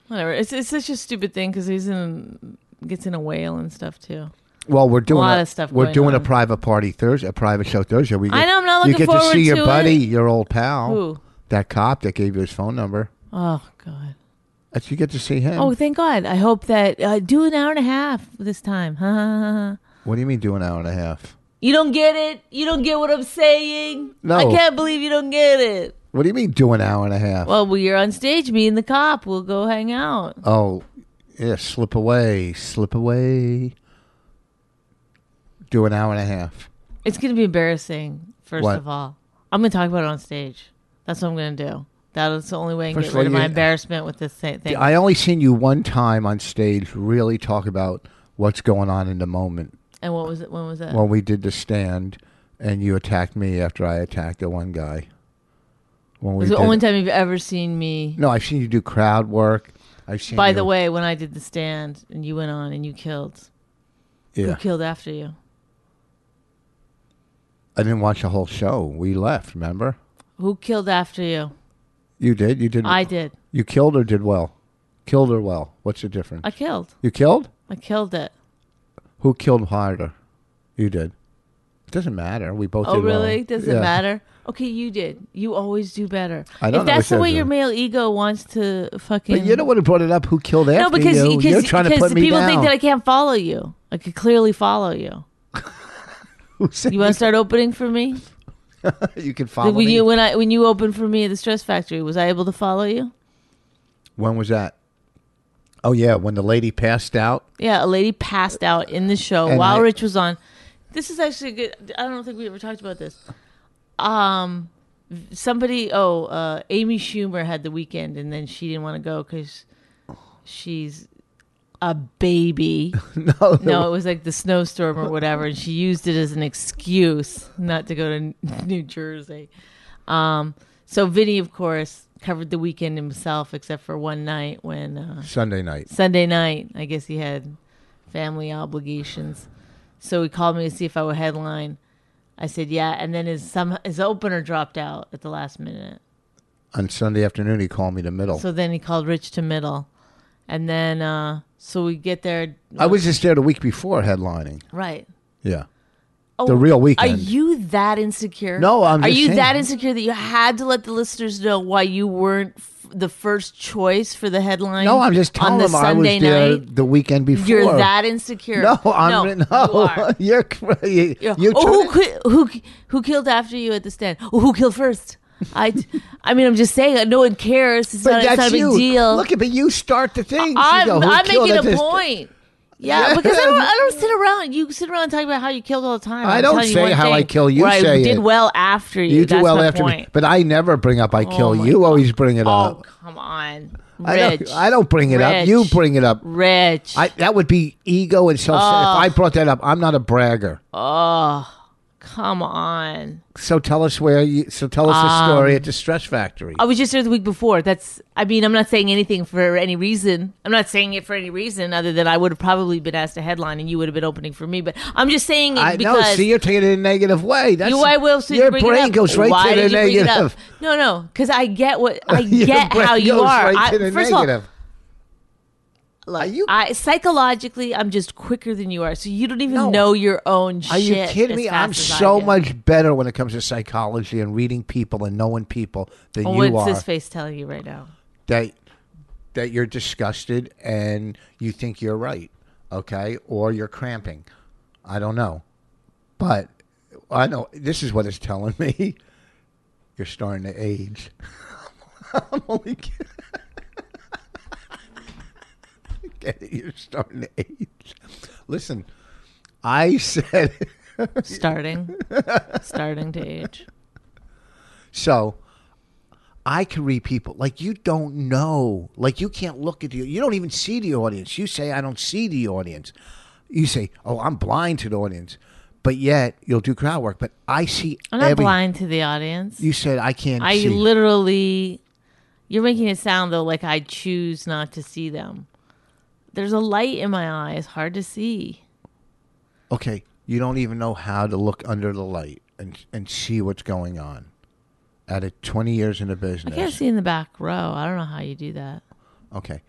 Speaker 2: whatever. It's it's such a stupid thing because he's in gets in a whale and stuff too.
Speaker 1: Well, we're doing
Speaker 2: lot of stuff
Speaker 1: We're
Speaker 2: going
Speaker 1: doing a
Speaker 2: on.
Speaker 1: private party Thursday, a private show Thursday. We
Speaker 2: I know, I'm not
Speaker 1: you
Speaker 2: looking
Speaker 1: get to
Speaker 2: forward
Speaker 1: see
Speaker 2: to
Speaker 1: your buddy,
Speaker 2: it.
Speaker 1: your old pal,
Speaker 2: Who?
Speaker 1: that cop that gave you his phone number.
Speaker 2: Oh God.
Speaker 1: That's you get to see him.
Speaker 2: Oh, thank God. I hope that uh, do an hour and a half this time. *laughs* Ha, ha, ha, ha.
Speaker 1: What do you mean, do an hour and a half?
Speaker 2: you don't get it. You don't get what I'm saying.
Speaker 1: No.
Speaker 2: I can't believe you don't get it.
Speaker 1: What do you mean, do an hour and a half?
Speaker 2: Well, we are on stage. Me and the cop. We'll go hang out.
Speaker 1: oh, yeah, slip away, slip away. Do an hour and a half.
Speaker 2: It's going to be embarrassing, first
Speaker 1: What?
Speaker 2: of all. I'm going to talk about it on stage. That's what I'm going to do. That is the only way I can
Speaker 1: First
Speaker 2: get
Speaker 1: of all,
Speaker 2: rid of my
Speaker 1: you-
Speaker 2: embarrassment with this thi- thing.
Speaker 1: I only seen you one time on stage really talk about what's going on in the moment
Speaker 2: and what was it? When was that?
Speaker 1: when we did the stand, and you attacked me after I attacked the one guy. When
Speaker 2: it
Speaker 1: we
Speaker 2: was the
Speaker 1: did-
Speaker 2: only time you've ever seen me.
Speaker 1: No, I've seen you do crowd work. I've seen.
Speaker 2: By
Speaker 1: you-
Speaker 2: the way, when I did the stand and you went on and you killed,
Speaker 1: yeah,
Speaker 2: who killed after you?
Speaker 1: I didn't watch the whole show. We left. Remember?
Speaker 2: Who killed after you?
Speaker 1: You did. You did.
Speaker 2: I did.
Speaker 1: You killed or did well. Killed or well. What's the difference?
Speaker 2: I killed.
Speaker 1: you killed.
Speaker 2: I killed it.
Speaker 1: Who killed harder? You did. It doesn't matter. We both.
Speaker 2: Oh,
Speaker 1: did well.
Speaker 2: really? Does
Speaker 1: Yeah.
Speaker 2: it matter? Okay, you did. You always do better.
Speaker 1: I don't
Speaker 2: if
Speaker 1: know
Speaker 2: that's
Speaker 1: what
Speaker 2: the way
Speaker 1: that
Speaker 2: your
Speaker 1: is.
Speaker 2: male ego wants to fucking.
Speaker 1: But you're the one who brought it up. Who killed after
Speaker 2: No, because
Speaker 1: you?
Speaker 2: because,
Speaker 1: you're trying to
Speaker 2: because
Speaker 1: put me
Speaker 2: people
Speaker 1: down.
Speaker 2: think that I can't follow you. I could clearly follow you.
Speaker 1: *laughs* Who said
Speaker 2: You want to start opening for me?
Speaker 1: you can follow
Speaker 2: When
Speaker 1: me?
Speaker 2: you when I when you opened for me at the Stress Factory, was I able to follow you?
Speaker 1: when was that? Oh yeah, when the lady passed out. *laughs*
Speaker 2: Yeah, a lady passed out in the show
Speaker 1: And
Speaker 2: while
Speaker 1: I-
Speaker 2: Rich was on. This is actually good. I don't think we ever talked about this. Um, somebody. Oh, uh, Amy Schumer had the weekend, and then she didn't want to go because she's a baby.
Speaker 1: No,
Speaker 2: No, it was like the snowstorm or whatever, and she used it as an excuse not to go to *laughs* New Jersey. Um, so Vinny, of course, covered the weekend himself, except for one night when uh,
Speaker 1: Sunday night.
Speaker 2: Sunday night. I guess he had family obligations, so he called me to see if I would headline. I said yeah, and then his some his opener dropped out at the last minute.
Speaker 1: On Sunday afternoon, he called me to middle.
Speaker 2: So then he called Rich to middle, and then uh, so we get there
Speaker 1: I was just there the week before headlining.
Speaker 2: right.
Speaker 1: Yeah.
Speaker 2: Oh,
Speaker 1: The real
Speaker 2: Are
Speaker 1: weekend.
Speaker 2: you that insecure?
Speaker 1: No, I'm
Speaker 2: Are
Speaker 1: just
Speaker 2: you
Speaker 1: saying.
Speaker 2: that insecure that you had to let the listeners know why you weren't f- the first choice for the headline?
Speaker 1: No, I'm just
Speaker 2: on
Speaker 1: telling
Speaker 2: the
Speaker 1: him I was
Speaker 2: Sunday
Speaker 1: there
Speaker 2: night.
Speaker 1: the weekend before.
Speaker 2: You're that insecure.
Speaker 1: No, I'm
Speaker 2: *laughs* no.
Speaker 1: *laughs* no.
Speaker 2: You are.
Speaker 1: You're cra- you,
Speaker 2: You're-
Speaker 1: you
Speaker 2: oh,
Speaker 1: took
Speaker 2: who, qui- who who killed after you at the stand? Oh, who killed first? I, *laughs* I mean, I'm just saying. like, No one cares. It's, not, it's not a big
Speaker 1: you.
Speaker 2: deal.
Speaker 1: Look at but you start the *laughs* thing.
Speaker 2: I'm,
Speaker 1: She go, "Who
Speaker 2: I'm
Speaker 1: killed
Speaker 2: making a
Speaker 1: it?" This-
Speaker 2: point. Yeah,
Speaker 1: Yeah.
Speaker 2: because I don't, I
Speaker 1: *laughs*
Speaker 2: don't sit around. You sit around talking about how you killed all the time.
Speaker 1: I
Speaker 2: I'm
Speaker 1: don't
Speaker 2: telling you
Speaker 1: say
Speaker 2: one
Speaker 1: how I
Speaker 2: thing
Speaker 1: kill, you
Speaker 2: where I
Speaker 1: say
Speaker 2: did
Speaker 1: it.
Speaker 2: well after you.
Speaker 1: You do
Speaker 2: That's
Speaker 1: well
Speaker 2: my
Speaker 1: after
Speaker 2: point.
Speaker 1: me, but I never bring up I
Speaker 2: Oh
Speaker 1: kill.
Speaker 2: my
Speaker 1: You always bring it
Speaker 2: oh
Speaker 1: up.
Speaker 2: come on, Rich.
Speaker 1: I don't, I don't bring it up. You
Speaker 2: Rich.
Speaker 1: bring it up.
Speaker 2: Rich.
Speaker 1: I, that would be ego and self. If I brought that up, I'm not a bragger.
Speaker 2: oh, come on.
Speaker 1: So tell us where you. So tell us the
Speaker 2: Um,
Speaker 1: story at the Stress Factory.
Speaker 2: I was just there the week before. That's. I mean, I'm not saying anything for any reason. I'm not saying it for any reason other than I would have probably been asked a headline and you would have been opening for me. But I'm just saying it
Speaker 1: I know.
Speaker 2: because
Speaker 1: See, you're taking it in a negative way. That's
Speaker 2: you, I will. So you
Speaker 1: your
Speaker 2: bring
Speaker 1: brain
Speaker 2: it up.
Speaker 1: goes right
Speaker 2: Why
Speaker 1: to the
Speaker 2: did you bring it up?
Speaker 1: negative.
Speaker 2: No, no, because I
Speaker 1: *laughs*
Speaker 2: get what I
Speaker 1: Your
Speaker 2: get
Speaker 1: brain
Speaker 2: how you
Speaker 1: goes
Speaker 2: are.
Speaker 1: Right
Speaker 2: I,
Speaker 1: to the
Speaker 2: first
Speaker 1: negative.
Speaker 2: of all, look,
Speaker 1: Are you-
Speaker 2: I psychologically, I'm just quicker than you are, so you don't even
Speaker 1: No.
Speaker 2: know your own.
Speaker 1: Are you kidding me? I'm so much better when it comes to psychology and reading people and knowing people than you
Speaker 2: What's
Speaker 1: are.
Speaker 2: his face telling you right now?
Speaker 1: That that you're disgusted and you think you're right, okay, or you're cramping. I don't know, but I know this is what it's telling me. *laughs* You're starting to age. *laughs* I'm only kidding. *laughs* Get it? You're starting to age. Listen, I *laughs* said. *laughs*
Speaker 2: Starting, starting to age.
Speaker 1: So I can read people like you don't know, like you can't look at the, you don't even see the audience. You say I don't see the audience. You say, oh, I'm blind to the audience, but yet you'll do crowd work. But I see.
Speaker 2: I'm not
Speaker 1: every-
Speaker 2: blind to the audience.
Speaker 1: You said I can't.
Speaker 2: I
Speaker 1: see.
Speaker 2: literally, you're making it sound though like I choose not to see them. There's a light in my eye. It's hard to see.
Speaker 1: okay, you don't even know how to look under the light and and see what's going on. At it, twenty years in the
Speaker 2: I can't
Speaker 1: business.
Speaker 2: see in the back row. I don't know how you do that.
Speaker 1: okay,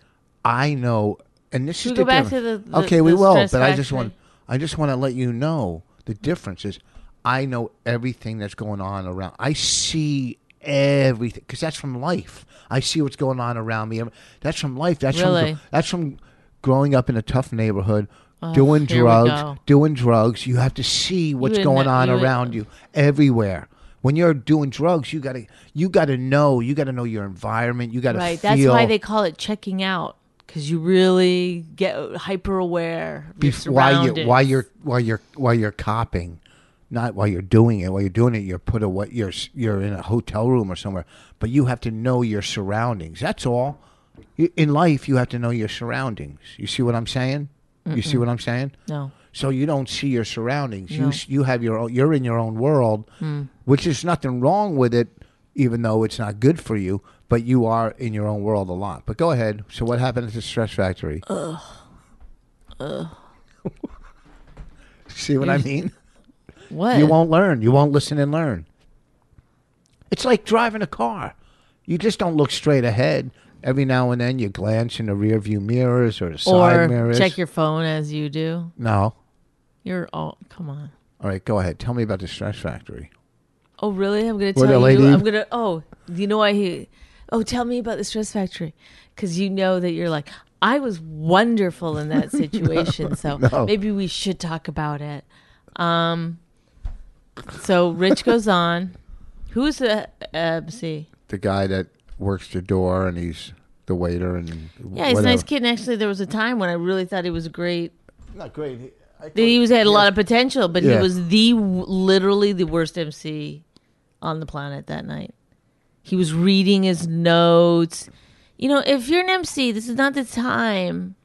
Speaker 1: I know, and this
Speaker 2: Should
Speaker 1: is the
Speaker 2: we go back to
Speaker 1: difference.
Speaker 2: the- the-
Speaker 1: okay,
Speaker 2: the
Speaker 1: we will,
Speaker 2: stress
Speaker 1: but I just
Speaker 2: factory?
Speaker 1: want I just want to let you know the difference is I know everything that's going on around. I see everything because that's from life. I see what's going on around me. That's from life. That's
Speaker 2: Really?
Speaker 1: from that's from growing up in a tough neighborhood, doing
Speaker 2: here we go.
Speaker 1: drugs, doing drugs. You have to see what's
Speaker 2: would
Speaker 1: going
Speaker 2: kno-
Speaker 1: on
Speaker 2: you would-
Speaker 1: around you everywhere. When you're doing drugs, you gotta you gotta know you gotta know your environment. You gotta
Speaker 2: Right.
Speaker 1: Feel.
Speaker 2: That's why they call it checking out because you really get hyper aware.
Speaker 1: bef- while you while you're while you're while you're copping, not while you're doing it. While you're doing it, you're put away. You're s- you're in a hotel room or somewhere, but you have to know your surroundings. That's all. You- In life, you have to know your surroundings. You see what I'm saying? You see what I'm saying?
Speaker 2: No.
Speaker 1: So you don't see your surroundings. You
Speaker 2: No. Hmm.
Speaker 1: You you have your own, you're in your own world, which is nothing wrong with it, even though it's not good for you. But you are in your own world a lot. But go ahead. So what happened at the stress factory? *laughs* see what
Speaker 2: *laughs*
Speaker 1: I mean?
Speaker 2: What?
Speaker 1: You won't learn. You won't listen and learn. It's like driving a car. You just don't look straight ahead. Every now and then you glance in the rear view mirrors or the side
Speaker 2: or
Speaker 1: mirrors.
Speaker 2: check your phone as you do.
Speaker 1: no.
Speaker 2: You're all. Come on.
Speaker 1: All right, go ahead. Tell me about the stress factory.
Speaker 2: Oh really? I'm gonna
Speaker 1: Where
Speaker 2: tell
Speaker 1: the
Speaker 2: you.
Speaker 1: lady-
Speaker 2: I'm gonna. Oh, you know why he? Oh, tell me about the stress factory, because you know that you're like I was wonderful
Speaker 1: *laughs*
Speaker 2: in that situation. so
Speaker 1: no.
Speaker 2: maybe we should talk about it. Um. So
Speaker 1: *laughs*
Speaker 2: Rich goes on. Who's the uh, MC?
Speaker 1: The guy that works the door and he's the waiter and
Speaker 2: Yeah, he's a nice kid. And actually, there was a time when I really thought he was great.
Speaker 1: Not great.
Speaker 2: He was had a lot of potential, but he
Speaker 1: Yeah.
Speaker 2: was the literally the worst MC on the planet that night. He was reading his notes. You know, if you're an MC, this is not the time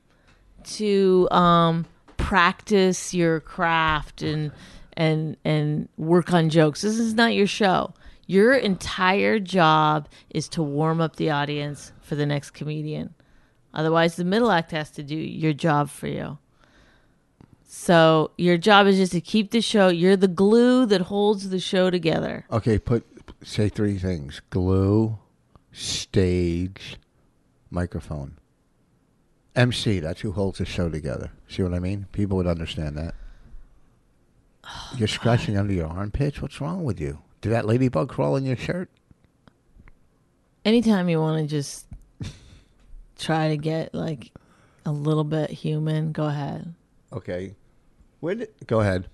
Speaker 2: to um, practice your craft and and and work on jokes. This is not your show. Your entire job is to warm up the audience for the next comedian. Otherwise, the middle act has to do your job for you. So your job is just to keep the show. You're the glue that holds the show together.
Speaker 1: Okay, put say three things: glue, stage, microphone. MC. That's who holds the show together. See what I mean? People would understand
Speaker 2: *sighs*
Speaker 1: that. You're scratching under your armpits. What's wrong with you? Did that ladybug crawl in your shirt?
Speaker 2: Anytime you want to just try to get like a little bit human, go ahead.
Speaker 1: Okay. Where did, go ahead.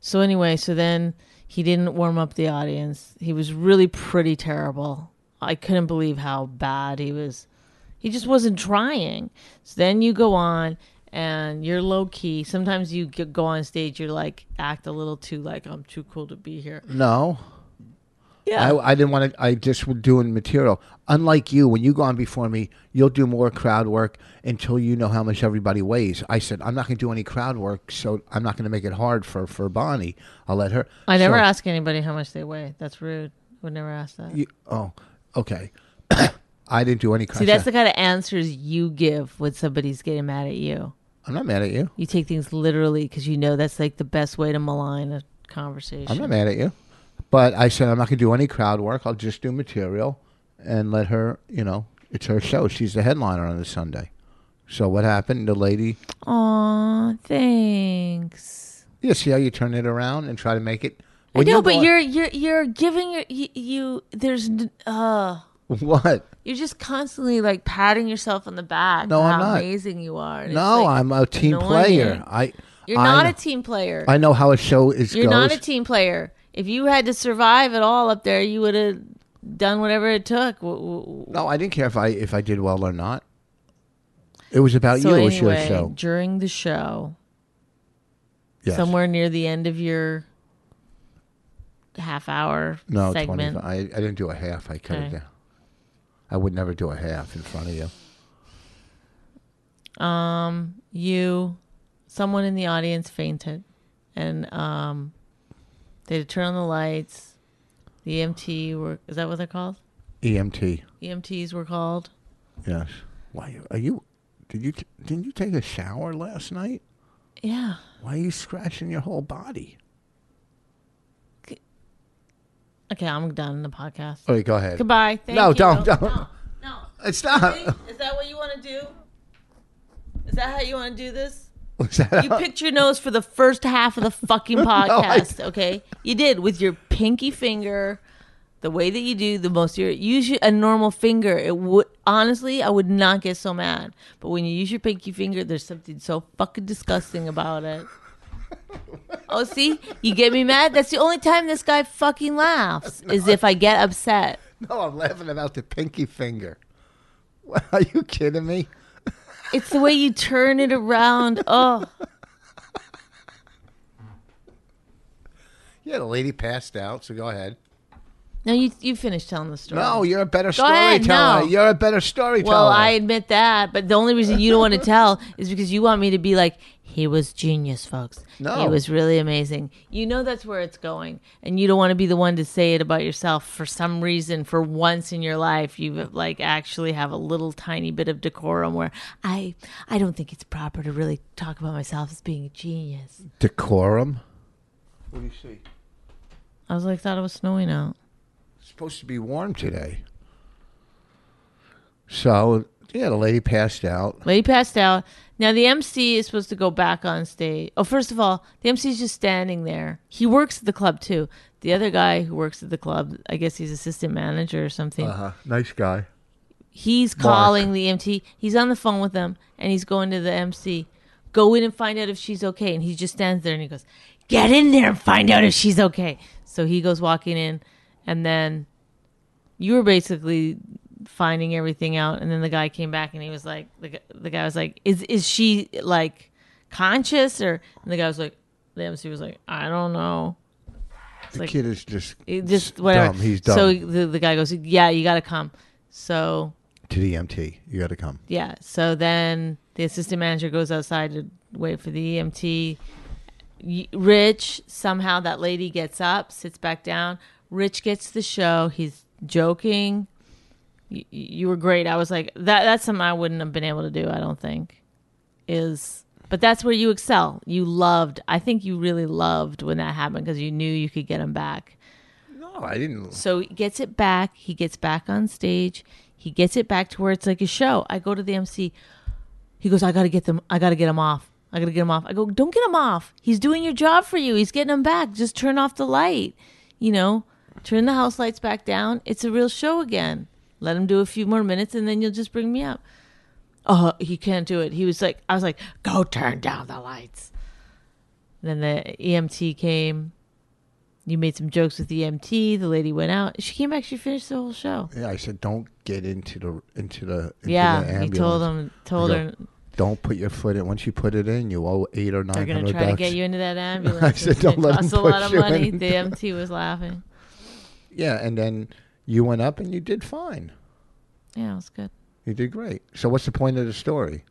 Speaker 2: So anyway, so then He didn't warm up the audience. He was really pretty terrible. I couldn't believe how bad he was. He just wasn't trying. So then you go on and you're low key. Sometimes you g- go on stage, you're like, act a little too like, I'm too cool to be here.
Speaker 1: No,
Speaker 2: Yeah.
Speaker 1: I, I didn't want to. I just was doing material. Unlike you, when you go on before me, you'll do more crowd work until you know how much everybody weighs. I said I'm not going to do any crowd work, so I'm not going to make it hard for for Bonnie. I'll let her.
Speaker 2: I never
Speaker 1: So-
Speaker 2: ask anybody how much they weigh. That's rude. I would never ask that.
Speaker 1: You, oh, okay. *coughs* I didn't do any crowd.
Speaker 2: See, that's the kind of answers you give when somebody's getting mad at you.
Speaker 1: I'm not mad at you.
Speaker 2: You take things literally because you know that's like the best way to malign a conversation.
Speaker 1: I'm not mad at you. But I said, I'm not going to do any crowd work. I'll just do material and let her, you know, it's her show. She's the headliner on the Sunday. So what happened? The lady,
Speaker 2: Aw, thanks.
Speaker 1: you see how you turn it around and try to make it.
Speaker 2: I know,
Speaker 1: you're
Speaker 2: but
Speaker 1: going-
Speaker 2: you're you're you're giving your you, you there's n- uh
Speaker 1: *laughs* What?
Speaker 2: you're just constantly like patting yourself on the back.
Speaker 1: No,
Speaker 2: for
Speaker 1: I'm
Speaker 2: how
Speaker 1: not.
Speaker 2: amazing you are. and it's,
Speaker 1: No,
Speaker 2: like,
Speaker 1: I'm a team
Speaker 2: annoying.
Speaker 1: player. I.
Speaker 2: You're
Speaker 1: I,
Speaker 2: not a team player.
Speaker 1: I know how a show is
Speaker 2: You're
Speaker 1: goes.
Speaker 2: not a team player. If you had to survive at all up there, you would have done whatever it took. W- w- w-
Speaker 1: no, I didn't care if I if I did well or not. It was about
Speaker 2: So
Speaker 1: Uh, you. it was
Speaker 2: anyway,
Speaker 1: your show.
Speaker 2: during the show,
Speaker 1: Yes.
Speaker 2: somewhere near the end of your half hour
Speaker 1: No,
Speaker 2: segment,
Speaker 1: 25. I, I didn't do a half. I cut
Speaker 2: Okay.
Speaker 1: it down. I would never do a half in front of you.
Speaker 2: you, someone in the audience fainted, and um, they had to turn on the lights. The EMT were is that what they're called?
Speaker 1: EMT.
Speaker 2: EMTs were called.
Speaker 1: E Yes. Why are you? Did you? Didn't you take a shower last night?
Speaker 2: Yeah,
Speaker 1: Why are you scratching your whole body?
Speaker 2: okay, I'm done the podcast.
Speaker 1: Okay, go ahead.
Speaker 2: Goodbye. Thank
Speaker 1: No,
Speaker 2: you.
Speaker 1: don't, don't.
Speaker 2: No, no.
Speaker 1: It's not.
Speaker 2: See? *laughs* Is that what you want to do? Is that how you want to do this?
Speaker 1: *laughs* Was that *laughs*
Speaker 2: You
Speaker 1: out?
Speaker 2: picked your nose for the first half of the fucking
Speaker 1: I-
Speaker 2: podcast, okay? You did with your pinky finger, the way that you do the most. Your use your, a normal finger. It would honestly, I would not get so mad. But when you use your pinky finger, there's something so fucking disgusting about it. oh, see, you get me mad. That's the only time this guy fucking laughs is if I get upset.
Speaker 1: *laughs* no, I'm laughing about the pinky finger. *laughs* What, are you kidding me?
Speaker 2: It's the way you turn it around. Oh,
Speaker 1: Yeah, the lady passed out. So go ahead.
Speaker 2: no, you you finished telling the story.
Speaker 1: No, you're a better
Speaker 2: ahead,
Speaker 1: storyteller.
Speaker 2: no.
Speaker 1: You're a better storyteller.
Speaker 2: Well, I admit that, but the only reason you don't want to tell is because you want me to be like, he was genius, folks.
Speaker 1: No.
Speaker 2: He was really amazing. You know that's where it's going, and you don't want to be the one to say it about yourself for some reason. For once in your life, you like actually have a little tiny bit of decorum where I I don't think it's proper to really talk about myself as being a genius.
Speaker 1: decorum. What do you see?
Speaker 2: I was like, thought it was snowing out.
Speaker 1: It's supposed to be warm today. So yeah, the lady passed out.
Speaker 2: Lady passed out. Now the MC is supposed to go back on stage. Oh, first of all, the MC is just standing there. He works at the club too. The other guy who works at the club, I guess he's assistant manager or something.
Speaker 1: Uh, nice guy.
Speaker 2: He's calling the MT. He's on the phone with them, and he's going to the MC. Go in and find out if she's okay. And he just stands there and he goes, "Get in there and find out if she's okay." So he goes walking in, and then you were basically finding everything out. And then the guy came back and he was like, "The, gu- the guy was like, is is she like conscious or?" And the guy was like, "The MC was like, I don't know."
Speaker 1: The
Speaker 2: like-
Speaker 1: kid is just
Speaker 2: It just whatever.
Speaker 1: dumb. He's dumb.
Speaker 2: So the the guy goes, "Yeah, you got to come." So
Speaker 1: to the MT. You got to come.
Speaker 2: yeah. So then the assistant manager goes outside to wait for the EMT. Y- Rich, somehow that lady gets up, sits back down. Rich gets the show. He's joking. Y- y- you were great. I was like, that. that's something I wouldn't have been able to do, I don't think. Is. But that's where you excel. You loved. I think you really loved when that happened because you knew you could get him back.
Speaker 1: No, I didn't.
Speaker 2: So he gets it back. He gets back on stage. He gets it back to where it's like a show. I go to the MC. He goes, I gotta get them. I gotta get him off. I gotta get him off. I go, don't get him off. He's doing your job for you. He's getting him back. Just turn off the light. You know, turn the house lights back down. It's a real show again. Let him do a few more minutes, and then you'll just bring me up. Oh, he can't do it. He was like, I was like, go turn down the lights. Then the EMT E came You made some jokes with EMT. The lady went out. She came back. She finished the whole show.
Speaker 1: Yeah, I said, don't get into the into the into the
Speaker 2: yeah, you
Speaker 1: ambulance.
Speaker 2: told them, told
Speaker 1: I
Speaker 2: her
Speaker 1: Don't put your foot in. Once you put it in, you owe eight or
Speaker 2: they're
Speaker 1: nine
Speaker 2: going to
Speaker 1: hundred
Speaker 2: try to
Speaker 1: bucks.
Speaker 2: get you into that *laughs* ambulance.
Speaker 1: I said,
Speaker 2: It's gonna
Speaker 1: "Don't let 'em
Speaker 2: cost a lot
Speaker 1: push
Speaker 2: of
Speaker 1: you
Speaker 2: money.
Speaker 1: in."
Speaker 2: The EMT was laughing.
Speaker 1: Yeah, and then you went up and you did fine.
Speaker 2: Yeah, it was good.
Speaker 1: You did great. So what's the point of the story?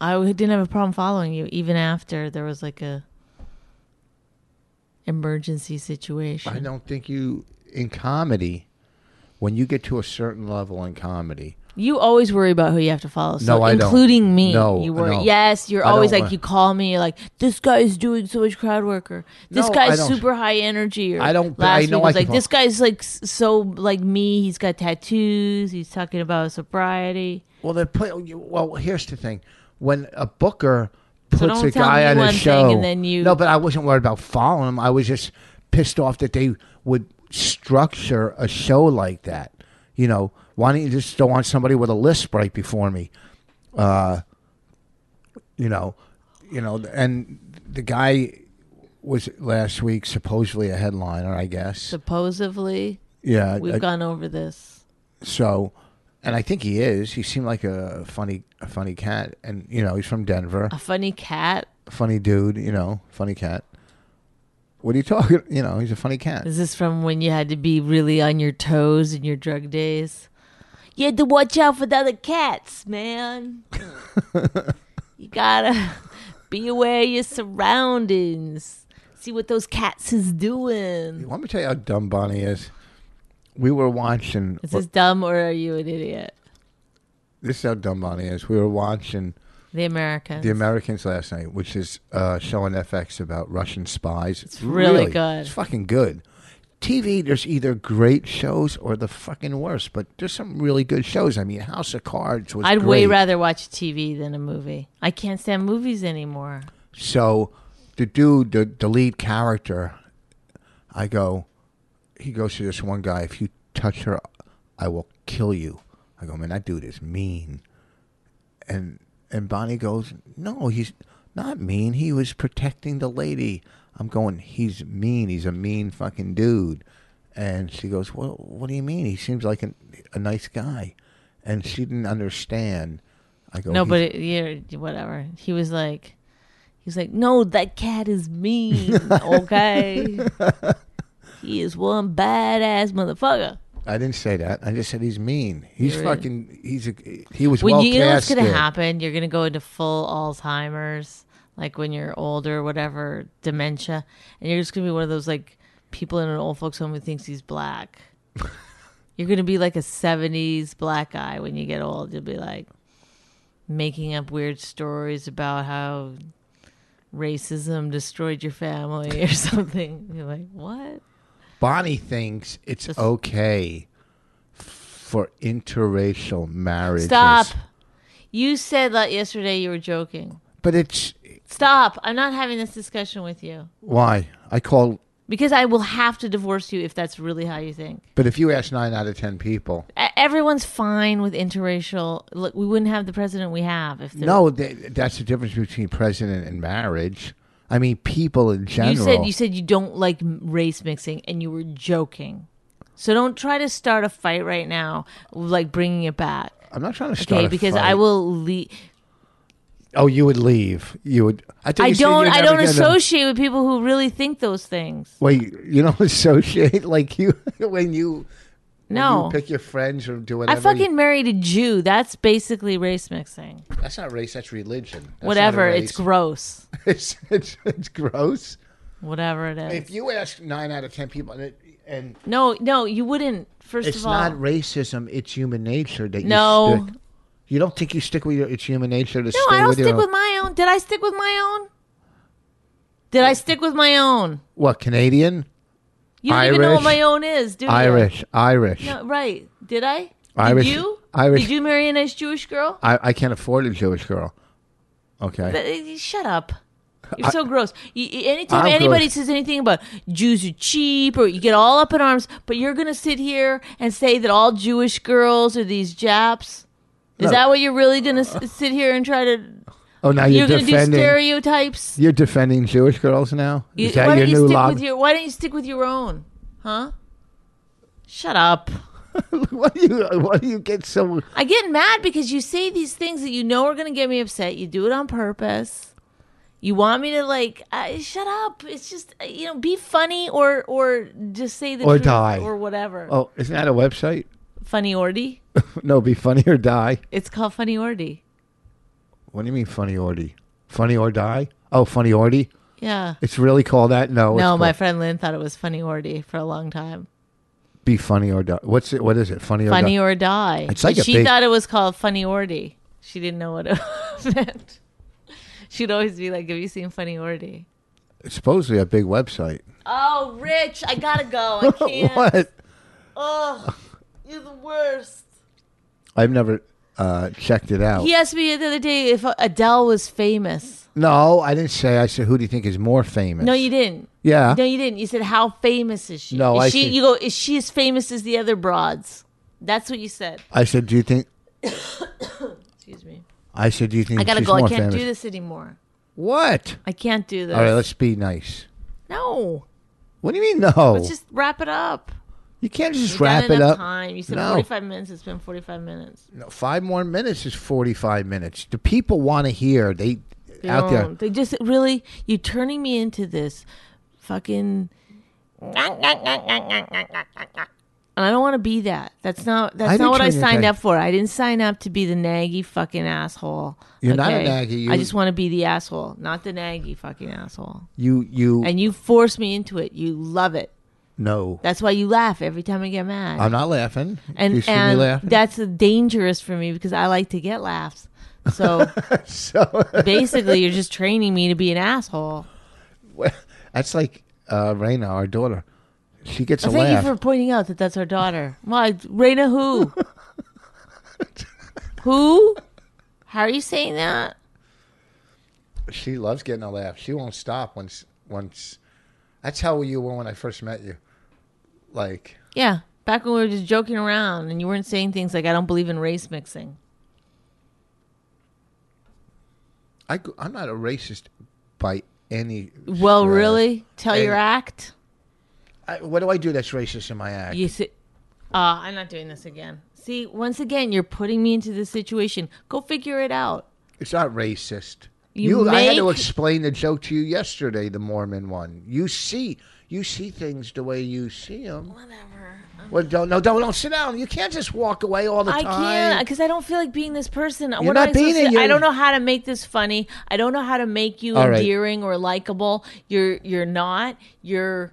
Speaker 2: I w- didn't have a problem following you, even after there was like a emergency situation.
Speaker 1: I don't think you in comedy. When you get to a certain level in comedy,
Speaker 2: You always worry about who you have to follow. So
Speaker 1: No, I don't.
Speaker 2: including me.
Speaker 1: No,
Speaker 2: you worry.
Speaker 1: no.
Speaker 2: Yes, you're
Speaker 1: I
Speaker 2: always
Speaker 1: don't
Speaker 2: like
Speaker 1: wa-
Speaker 2: you call me. You're like this guy is doing so much crowd work, or this
Speaker 1: No, I
Speaker 2: guy's
Speaker 1: don't.
Speaker 2: super high energy. Or
Speaker 1: I don't-
Speaker 2: Last
Speaker 1: I know
Speaker 2: week
Speaker 1: I
Speaker 2: was
Speaker 1: can
Speaker 2: like
Speaker 1: follow-
Speaker 2: this guy's like s- so like me. He's got tattoos. He's talking about sobriety.
Speaker 1: well, they put. Well, here's the thing: when a booker puts
Speaker 2: don't
Speaker 1: a
Speaker 2: tell
Speaker 1: guy
Speaker 2: me
Speaker 1: on
Speaker 2: one
Speaker 1: a
Speaker 2: thing
Speaker 1: show,
Speaker 2: and then you-
Speaker 1: no, but I wasn't worried about following him. I was just pissed off that they would structure a show like that. You know, why don't you just throw on somebody with a lisp right before me? Uh, you know, you know, and the guy was last week supposedly a headliner, I guess.
Speaker 2: Supposedly,
Speaker 1: yeah,
Speaker 2: we've
Speaker 1: a-
Speaker 2: gone over this.
Speaker 1: so, and I think he is. He seemed like a funny, a funny cat, and you know he's from Denver.
Speaker 2: A funny cat.
Speaker 1: Funny dude, you know, funny cat. What are you talking? *laughs* You know, he's a funny cat.
Speaker 2: Is this from when you had to be really on your toes in your drug days? You had to watch out for the other
Speaker 1: *laughs*
Speaker 2: cats, man. you gotta be aware of your surroundings. See what those cats is doing.
Speaker 1: Let me tell you how dumb Bonnie is. We were watching.
Speaker 2: Is this dumb or are you an idiot?
Speaker 1: this is how dumb Bonnie is. We were watching
Speaker 2: The Americans.
Speaker 1: The Americans last night, which is uh, show on FX about Russian spies. It's
Speaker 2: really good.
Speaker 1: It's fucking good. TV, there's either great shows or the fucking worst, but there's some really good shows. I mean, House of Cards was.
Speaker 2: I'd way
Speaker 1: great.
Speaker 2: rather watch TV than a movie. I can't stand movies anymore.
Speaker 1: So the dude, the, the lead character, I go, he goes to this one guy, if you touch her, I will kill you. I go, man, that dude is mean. And and Bonnie goes, no, he's not mean. He was protecting the lady. I'm going, he's mean. He's a mean fucking dude. And she goes, well, what do you mean? He seems like an, a nice guy. And she didn't understand. I go,
Speaker 2: no,
Speaker 1: "He's
Speaker 2: but it, yeah, whatever. He was like, he's like, no, that cat is mean. okay, he is one badass motherfucker.
Speaker 1: I didn't say that. I just said he's mean. He's
Speaker 2: You're right.
Speaker 1: fucking. He's a. He was
Speaker 2: When
Speaker 1: well
Speaker 2: you know what's gonna
Speaker 1: casted.
Speaker 2: happen, you're gonna go into full Alzheimer's, like when you're older, whatever dementia, and you're just gonna be one of those like people in an old folks home who thinks he's black. you're gonna be like a '70s black guy when you get old. You'll be like making up weird stories about how racism destroyed your family or *laughs* something. You're like, what?
Speaker 1: Bonnie thinks it's
Speaker 2: Just-
Speaker 1: okay for interracial marriages.
Speaker 2: Stop. You said that yesterday you were joking.
Speaker 1: But it's
Speaker 2: Stop. I'm not having this discussion with you.
Speaker 1: why I call.
Speaker 2: Because I will have to divorce you if that's really how you think.
Speaker 1: But if you ask nine out of ten people,
Speaker 2: E- Everyone's fine with interracial. Look, we wouldn't have the president we have if there
Speaker 1: no, th that's the difference between president and marriage. I mean, people in general.
Speaker 2: You said you said you don't like m- race mixing, and you were joking. So don't try to start a fight right now, like bringing it back.
Speaker 1: I'm not trying to start.
Speaker 2: Okay,
Speaker 1: a
Speaker 2: because
Speaker 1: fight.
Speaker 2: I will. Le-
Speaker 1: Oh, you would leave. You would. I, think
Speaker 2: I
Speaker 1: you said
Speaker 2: don't.
Speaker 1: you'd
Speaker 2: I
Speaker 1: never
Speaker 2: don't
Speaker 1: get a-
Speaker 2: associate with people who really think those things.
Speaker 1: Wait, you don't *laughs* associate like you *laughs* when you
Speaker 2: No,
Speaker 1: You pick your friends or do
Speaker 2: I
Speaker 1: whatever.
Speaker 2: fucking married a Jew. That's basically race mixing.
Speaker 1: That's not race. That's religion. That's not a
Speaker 2: Whatever. It's
Speaker 1: race.
Speaker 2: gross.
Speaker 1: *laughs* it's, it's it's gross.
Speaker 2: Whatever it is.
Speaker 1: If you ask nine out of ten people, and, it, and
Speaker 2: no, no, you wouldn't. First
Speaker 1: it's
Speaker 2: of all,
Speaker 1: not racism. It's human nature that
Speaker 2: No.
Speaker 1: you stick. You don't think you stick with your? It's human nature to
Speaker 2: No,
Speaker 1: stay
Speaker 2: I don't
Speaker 1: with
Speaker 2: stick
Speaker 1: your.
Speaker 2: with my own. Did I stick with my own? Did I stick with my own?
Speaker 1: what Canadian,
Speaker 2: You don't even know what
Speaker 1: Irish.
Speaker 2: my own is, do you?
Speaker 1: Irish, Irish?
Speaker 2: No, right. Did I? Did
Speaker 1: Irish-
Speaker 2: you?
Speaker 1: Irish-
Speaker 2: Did you marry a nice Jewish girl?
Speaker 1: I I can't afford a Jewish girl. Okay.
Speaker 2: Th- uh, Shut up. You're so gross. You, you- anytime
Speaker 1: I'm
Speaker 2: anybody
Speaker 1: gross.
Speaker 2: says anything about Jews are cheap or you get all up in arms, but you're going to sit here and say that all Jewish girls are these Japs? Is
Speaker 1: No.
Speaker 2: that what you're really going to s sit here and try to?
Speaker 1: Oh, now you're,
Speaker 2: You're going to do
Speaker 1: defending.
Speaker 2: stereotypes.
Speaker 1: you're defending Jewish girls now.
Speaker 2: You-
Speaker 1: Is that
Speaker 2: why
Speaker 1: your
Speaker 2: don't you
Speaker 1: new
Speaker 2: stick
Speaker 1: log?
Speaker 2: with your? Why don't you stick with your own? Huh? Shut up.
Speaker 1: *laughs* why do you? Why do you get so?
Speaker 2: I get mad because you say these things that you know are going to get me upset. You do it on purpose. You want me to like uh, shut up. It's just uh, you know be funny or or just say the
Speaker 1: Or
Speaker 2: truth
Speaker 1: die.
Speaker 2: or whatever.
Speaker 1: Oh, isn't that a website?
Speaker 2: Funny ordy.
Speaker 1: no, be funny or die.
Speaker 2: It's called funny ordy.
Speaker 1: What do you mean funny ordy? Funny or die? Oh, funny ordy.
Speaker 2: Yeah.
Speaker 1: It's really called that. No, it's
Speaker 2: no,
Speaker 1: called
Speaker 2: my friend Lynn thought it was funny ordy for a long time.
Speaker 1: be funny or die. What's it? What is it? Funny or
Speaker 2: Funny
Speaker 1: die?
Speaker 2: or die.
Speaker 1: It's like
Speaker 2: But
Speaker 1: a
Speaker 2: she
Speaker 1: big-
Speaker 2: thought it was called funny ordy. She didn't know what it *laughs* meant. She'd always be like, "Have you seen funny ordy?"
Speaker 1: It's supposedly a big website.
Speaker 2: Oh, Rich, I gotta go.
Speaker 1: *laughs*
Speaker 2: I *laughs* can't.
Speaker 1: What?
Speaker 2: Oh, you're the worst.
Speaker 1: I've never uh, checked it out.
Speaker 2: He asked me the other day if Adele was famous.
Speaker 1: No, I didn't say. I said, who do you think is more famous?
Speaker 2: No, you didn't.
Speaker 1: Yeah.
Speaker 2: No, you didn't. You said, "How famous is she?"
Speaker 1: No,
Speaker 2: is
Speaker 1: I
Speaker 2: she,
Speaker 1: see.
Speaker 2: You go, "Is she as famous as the other broads?" That's what you said.
Speaker 1: I said, do you think?
Speaker 2: Excuse me.
Speaker 1: I said, do you think
Speaker 2: I gotta
Speaker 1: Mm, she's
Speaker 2: go. I
Speaker 1: more
Speaker 2: can't
Speaker 1: famous?
Speaker 2: do this anymore.
Speaker 1: What?
Speaker 2: I can't do this.
Speaker 1: All right, let's be nice.
Speaker 2: no,
Speaker 1: What do you mean no?
Speaker 2: let's just wrap it up.
Speaker 1: you can't just
Speaker 2: We've
Speaker 1: wrap
Speaker 2: done
Speaker 1: it
Speaker 2: enough
Speaker 1: up.
Speaker 2: Time. You said
Speaker 1: No.
Speaker 2: 45 minutes. It's been 45 minutes.
Speaker 1: No, five more minutes is forty-five minutes. The people want to hear they
Speaker 2: They
Speaker 1: out there.
Speaker 2: don't. They just really you turning me into this fucking. And I don't want to be that. That's not. That's
Speaker 1: didn't
Speaker 2: not what I
Speaker 1: turn you
Speaker 2: signed
Speaker 1: into-
Speaker 2: up for. I didn't sign up to be the naggy fucking asshole.
Speaker 1: You're not a naggy, you-
Speaker 2: I just want to be the asshole, not the naggy fucking asshole.
Speaker 1: You you
Speaker 2: And you force me into it. You love it.
Speaker 1: no.
Speaker 2: That's why you laugh every time I get mad.
Speaker 1: I'm not laughing.
Speaker 2: and
Speaker 1: you see
Speaker 2: and
Speaker 1: me laughing. *laughs*
Speaker 2: that's dangerous for me because I like to get laughs.
Speaker 1: *laughs*
Speaker 2: So, basically, you're just training me to be an asshole.
Speaker 1: That's like uh, Raina, our daughter. She gets a
Speaker 2: Thank
Speaker 1: laugh.
Speaker 2: you for pointing out that that's our daughter. My Raina, who? *laughs* who? How are you saying that?
Speaker 1: she loves getting a laugh. She won't stop once once. That's how you were when I first met you. Like
Speaker 2: Yeah, back when we were just joking around and you weren't saying things like "I don't believe in race mixing."
Speaker 1: I, gr- I'm not a racist by any.
Speaker 2: Well,
Speaker 1: stretch.
Speaker 2: really? Tell
Speaker 1: And-
Speaker 2: your act.
Speaker 1: I, what do I do that's racist in my act?
Speaker 2: You see, uh, I'm not doing this again. See, once again, you're putting me into this situation. Go figure it out.
Speaker 1: It's not racist.
Speaker 2: You
Speaker 1: You, I had to
Speaker 2: make-
Speaker 1: explain the joke to you yesterday, the Mormon one. You see, you see things the way you see them. Whatever. Well, don't no, don't don't sit down. You can't just walk away all the
Speaker 2: I
Speaker 1: time.
Speaker 2: can't because I don't feel like being this person. You're
Speaker 1: not being it,
Speaker 2: I
Speaker 1: you're-
Speaker 2: don't know how to make this funny. I don't know how to make you
Speaker 1: All right.
Speaker 2: endearing or likable. You're you're not. You're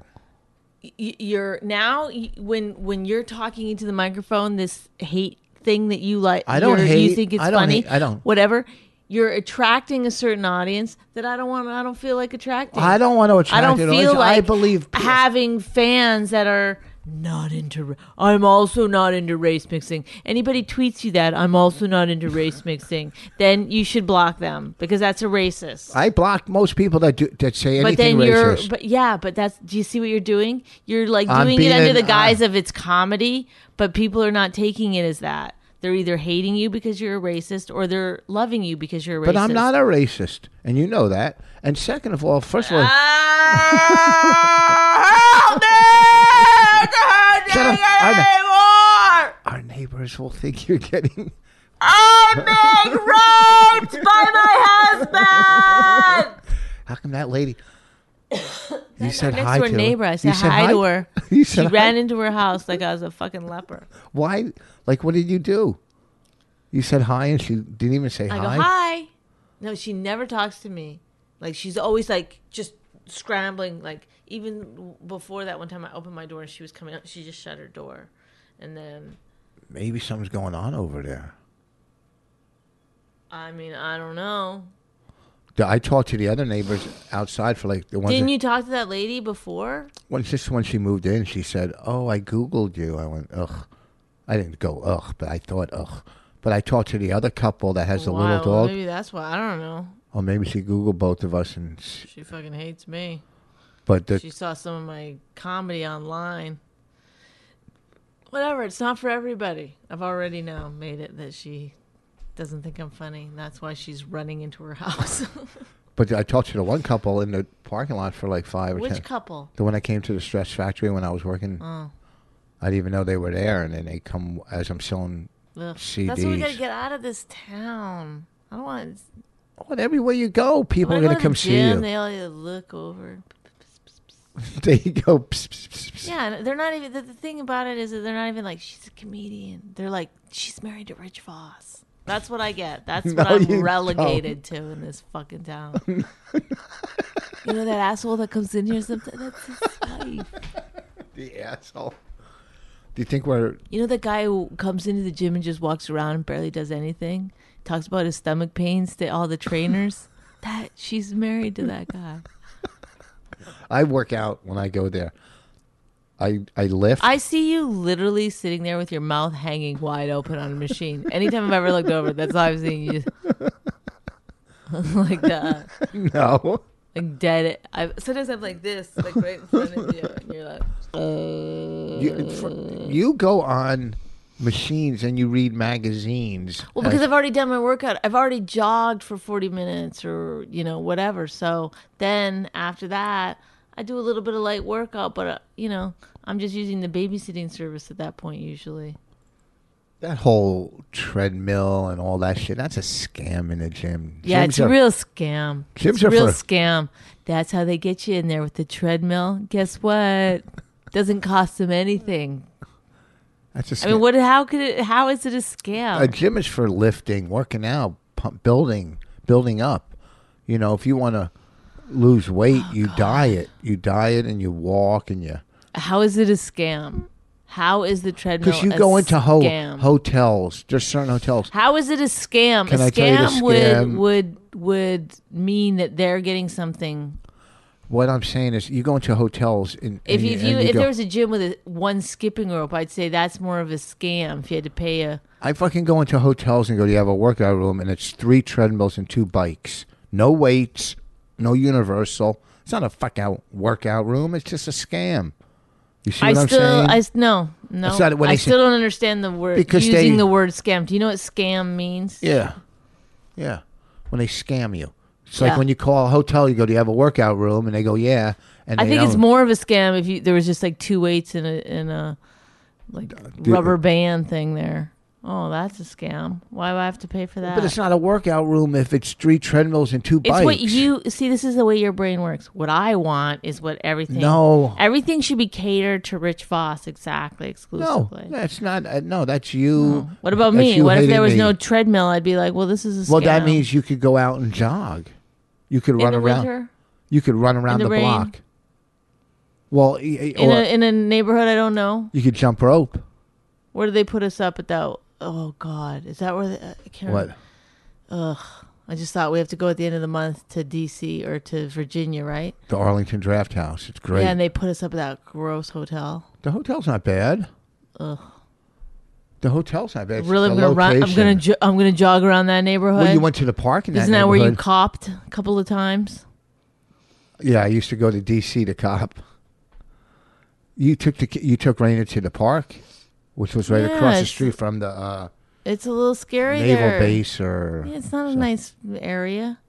Speaker 2: y- you're now y- when when you're talking into the microphone this hate thing that you like
Speaker 1: I don't
Speaker 2: you're- you
Speaker 1: hate-
Speaker 2: think it's
Speaker 1: I don't
Speaker 2: funny
Speaker 1: hate- I don't.
Speaker 2: whatever you're attracting a certain audience that I don't want I don't feel like attracting
Speaker 1: I don't want to attract.
Speaker 2: I don't
Speaker 1: it.
Speaker 2: feel like
Speaker 1: I believe.
Speaker 2: having fans that are not into. ra- I'm also not into race mixing. Anybody tweets you that I'm also not into race mixing, then you should block them because that's a racist.
Speaker 1: I block most people that do that say
Speaker 2: but
Speaker 1: anything
Speaker 2: then you're,
Speaker 1: racist.
Speaker 2: but yeah, but that's. Do you see what you're doing? You're like
Speaker 1: I'm
Speaker 2: doing it under
Speaker 1: being-
Speaker 2: the guise
Speaker 1: uh,
Speaker 2: of it's comedy, but people are not taking it as that. They're either hating you because you're a racist, or they're loving you because you're a racist.
Speaker 1: But I'm not a racist, and you know that. And second of all, first of all,
Speaker 2: Ah. Uh,
Speaker 1: Shut up. I our neighbors will think you're getting. *laughs* *laughs* How come that
Speaker 2: *coughs*
Speaker 1: lady? You said
Speaker 2: next
Speaker 1: hi
Speaker 2: door
Speaker 1: to
Speaker 2: neighbor. I said
Speaker 1: you
Speaker 2: hi, to her.
Speaker 1: *laughs* You
Speaker 2: She
Speaker 1: said hi.
Speaker 2: ran into her house like I was a fucking leper.
Speaker 1: Why? Like, what did you do? You said hi, and she didn't even say
Speaker 2: I
Speaker 1: hi.
Speaker 2: go hi. No, she never talks to me. Like she's always like just scrambling. Like even w- before that one time, I opened my door and she was coming out. She just shut her door, and then
Speaker 1: Maybe something's going on over there.
Speaker 2: I mean I don't know.
Speaker 1: D- I talked to the other neighbors outside for like the ones.
Speaker 2: Didn't
Speaker 1: that-
Speaker 2: you talk to that lady before?
Speaker 1: when just when she moved in, she said, "Oh, I googled you." I went, "Ugh," I didn't go "ugh," but I thought "ugh." But I talked to the other couple that has a
Speaker 2: Oh, Wow,
Speaker 1: little dog,
Speaker 2: Maybe that's why I don't know.
Speaker 1: or maybe she googled both of us. And s-
Speaker 2: She fucking hates me.
Speaker 1: but the,
Speaker 2: She saw some of my comedy online. Whatever, it's not for everybody. I've already now made it that she doesn't think I'm funny. That's why she's running into
Speaker 1: *laughs*
Speaker 2: her *laughs* house.
Speaker 1: But I talked to the one couple in the parking lot for like five or ten.
Speaker 2: Which couple? Oh,
Speaker 1: The one I came to the stress factory when I was working. I didn't even know they were there, and then they come as I'm selling.
Speaker 2: Ugh. That's what we gotta
Speaker 1: CDs.
Speaker 2: get out of this town. I don't want.
Speaker 1: Well, Oh, everywhere you go, people are
Speaker 2: When I
Speaker 1: going
Speaker 2: go
Speaker 1: to
Speaker 2: to
Speaker 1: come
Speaker 2: the
Speaker 1: see
Speaker 2: gym,
Speaker 1: you.
Speaker 2: They all either look over.
Speaker 1: *laughs* there you go. Psst, psst, psst, psst.
Speaker 2: Yeah, and they're not even. The, the thing about it is that they're not even like she's a comedian. They're like she's married to Rich Voss. That's what I get. That's
Speaker 1: *laughs*
Speaker 2: what
Speaker 1: No, you
Speaker 2: I'm
Speaker 1: don't.
Speaker 2: relegated to in this fucking
Speaker 1: *laughs*
Speaker 2: town. you know that asshole that comes in here sometimes. That's his wife.
Speaker 1: The asshole. Do you think we're
Speaker 2: You know that guy who comes into the gym and just walks around and barely does anything. Talks about his stomach pains to all the
Speaker 1: *laughs*
Speaker 2: trainers. that she's married to that guy.
Speaker 1: I work out when I go there. I I lift.
Speaker 2: I see you literally sitting there with your mouth hanging wide open on a machine. Anytime I've ever looked over, that's all I've seen you *laughs* like that,
Speaker 1: *laughs* no.
Speaker 2: like dead. I sometimes I'm like this, like right in front of you, and you're like, uh.
Speaker 1: You, it's fr- you go on machines and you read magazines.
Speaker 2: Well, because
Speaker 1: Uh,
Speaker 2: I've already done my workout. I've already jogged for 40 minutes or, you know, whatever. So then after that, I do a little bit of light workout, but, uh, you know, I'm just using the babysitting service at that point usually.
Speaker 1: that whole treadmill and all that shit—that's a scam in the gym.
Speaker 2: Yeah, it's
Speaker 1: Gyms
Speaker 2: a
Speaker 1: are-
Speaker 2: real scam.
Speaker 1: Gyms
Speaker 2: it's a
Speaker 1: are
Speaker 2: real
Speaker 1: for-
Speaker 2: scam. That's how they get you in there with the treadmill. Guess what? Doesn't cost them anything.
Speaker 1: That's a scam.
Speaker 2: I mean, what? How could it? How is it a scam?
Speaker 1: a gym is for lifting, working out, pump, building, building up. You know, if you want to lose weight,
Speaker 2: Oh,
Speaker 1: you diet, you diet, and you walk, and you
Speaker 2: how is it a scam? How is the treadmill?
Speaker 1: because you
Speaker 2: a
Speaker 1: go into ho-
Speaker 2: scam?
Speaker 1: hotels. There's certain hotels.
Speaker 2: How is it a scam?
Speaker 1: Can
Speaker 2: a
Speaker 1: I tell you the
Speaker 2: scam would
Speaker 1: scam?
Speaker 2: would would mean that they're getting something.
Speaker 1: What I'm saying is, you go into hotels in
Speaker 2: If
Speaker 1: and
Speaker 2: you,
Speaker 1: you,
Speaker 2: if,
Speaker 1: and
Speaker 2: you,
Speaker 1: you
Speaker 2: if
Speaker 1: go,
Speaker 2: there was a gym with a, one skipping rope, I'd say that's more of a scam. If you had to pay a
Speaker 1: I fucking go into hotels and go, do you have a workout room? And it's three treadmills and two bikes. No weights, no universal. It's not a fucking workout room. It's just a scam. You see
Speaker 2: I
Speaker 1: what I'm
Speaker 2: still,
Speaker 1: saying?
Speaker 2: I s- no, no.
Speaker 1: That's not what
Speaker 2: I
Speaker 1: I said.
Speaker 2: still don't understand the word
Speaker 1: Because
Speaker 2: using
Speaker 1: they-
Speaker 2: the word scam. Do you know what scam means?
Speaker 1: yeah. Yeah. When they scam you. It's
Speaker 2: Yeah.
Speaker 1: like when you call a hotel, you go, do you have a workout room? And they go, yeah. And
Speaker 2: I
Speaker 1: they
Speaker 2: think it's
Speaker 1: don't.
Speaker 2: more of a scam if you there was just like two weights and a and a like
Speaker 1: uh,
Speaker 2: rubber band thing there. Oh, that's a scam. Why do I have to pay for that?
Speaker 1: But it's not a workout room if it's three treadmills and two
Speaker 2: It's
Speaker 1: bikes.
Speaker 2: what you see. This is the way your brain works. What I want is what everything.
Speaker 1: No.
Speaker 2: everything should be catered to Rich Voss exactly
Speaker 1: No,
Speaker 2: exclusively.
Speaker 1: that's not. Uh, no, that's you.
Speaker 2: What about
Speaker 1: that's
Speaker 2: me?
Speaker 1: you
Speaker 2: What if
Speaker 1: hating
Speaker 2: there was
Speaker 1: me.
Speaker 2: no treadmill? I'd be like, well, this is a scam.
Speaker 1: Well, that means you could go out and jog. You could
Speaker 2: in
Speaker 1: run
Speaker 2: the
Speaker 1: around.
Speaker 2: winter?
Speaker 1: You could run around
Speaker 2: the
Speaker 1: the,
Speaker 2: rain?
Speaker 1: block. Well, y- y-
Speaker 2: in
Speaker 1: or
Speaker 2: a in a neighborhood I don't know.
Speaker 1: you could jump rope.
Speaker 2: Where do they put us up at that? Oh God, is that where? The, I can't.
Speaker 1: What?
Speaker 2: remember. I just thought we have to go at the end of the month to D.C. or to Virginia, right?
Speaker 1: The Arlington Draft House. It's great.
Speaker 2: Yeah, and they put us up at that gross hotel.
Speaker 1: the hotel's not bad.
Speaker 2: Ugh.
Speaker 1: The hotel's not bad. It's
Speaker 2: Really, I'm
Speaker 1: the
Speaker 2: gonna run. I'm gonna
Speaker 1: location.
Speaker 2: jo- I'm gonna jog around that neighborhood.
Speaker 1: Well, you went to the park in that
Speaker 2: Isn't that where you
Speaker 1: neighborhood.
Speaker 2: copped a couple of times?
Speaker 1: Yeah, I used to go to D.C. to cop. You took the ki- you took Raina to the park, which was right across the
Speaker 2: Yes.
Speaker 1: street from the uh,
Speaker 2: It's a little scary
Speaker 1: naval
Speaker 2: there.
Speaker 1: base, or
Speaker 2: Yeah, it's not a nice area.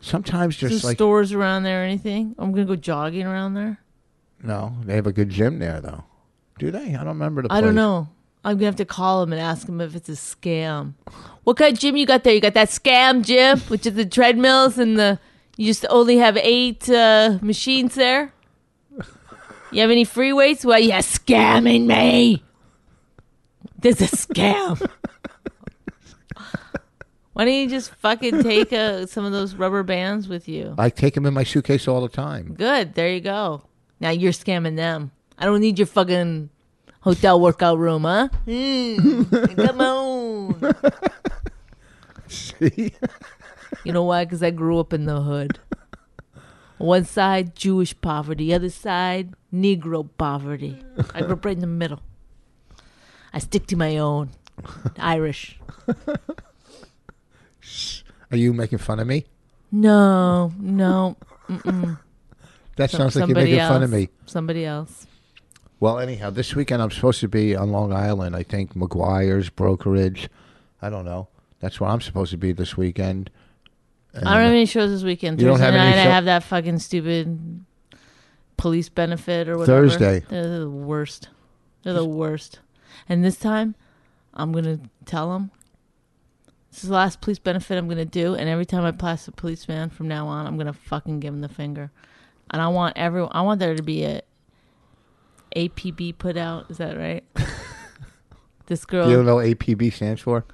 Speaker 1: sometimes
Speaker 2: There's
Speaker 1: just like
Speaker 2: stores around there or anything. I'm gonna go jogging around there.
Speaker 1: no, they have a good gym there though. Do they? I don't remember the.
Speaker 2: I don't
Speaker 1: place.
Speaker 2: know. I'm gonna have to call him and ask him if it's a scam. What kind of gym you got there? You got that scam gym, which is the treadmills and the you just only have eight uh, machines there. You have any free weights? Well, you're scamming me. This is a scam. Why don't you just fucking take uh, some of those rubber bands with you?
Speaker 1: I take them in my suitcase all the time. *laughs*
Speaker 2: Good. There you go. Now you're scamming them. I don't need your fucking hotel workout room, huh? Mm, come on.
Speaker 1: See?
Speaker 2: You know why? Because I grew up in the hood. One side, Jewish poverty. Other side, Negro poverty. I grew up right in the middle. I stick to my own. Irish.
Speaker 1: Are you making fun of me?
Speaker 2: No, no.
Speaker 1: That sounds like you're
Speaker 2: Somebody
Speaker 1: making
Speaker 2: else.
Speaker 1: fun of me.
Speaker 2: Somebody else.
Speaker 1: Well, anyhow, this weekend I'm supposed to be on Long Island. I think McGuire's brokerage. I don't know. That's where I'm supposed to be this weekend. And
Speaker 2: I don't have any shows this weekend.
Speaker 1: You
Speaker 2: Thursday
Speaker 1: don't have any
Speaker 2: night,
Speaker 1: show-
Speaker 2: I have that fucking stupid police benefit or whatever.
Speaker 1: Thursday.
Speaker 2: They're the worst. They're the worst. And this time, I'm gonna tell them. This is the last police benefit I'm gonna do, and every time I pass a policeman from now on, I'm gonna fucking give him the finger. And I want everyone. I want there to be a APB put out. Is that
Speaker 1: *laughs*
Speaker 2: right? this girl.
Speaker 1: You don't know what APB stands for?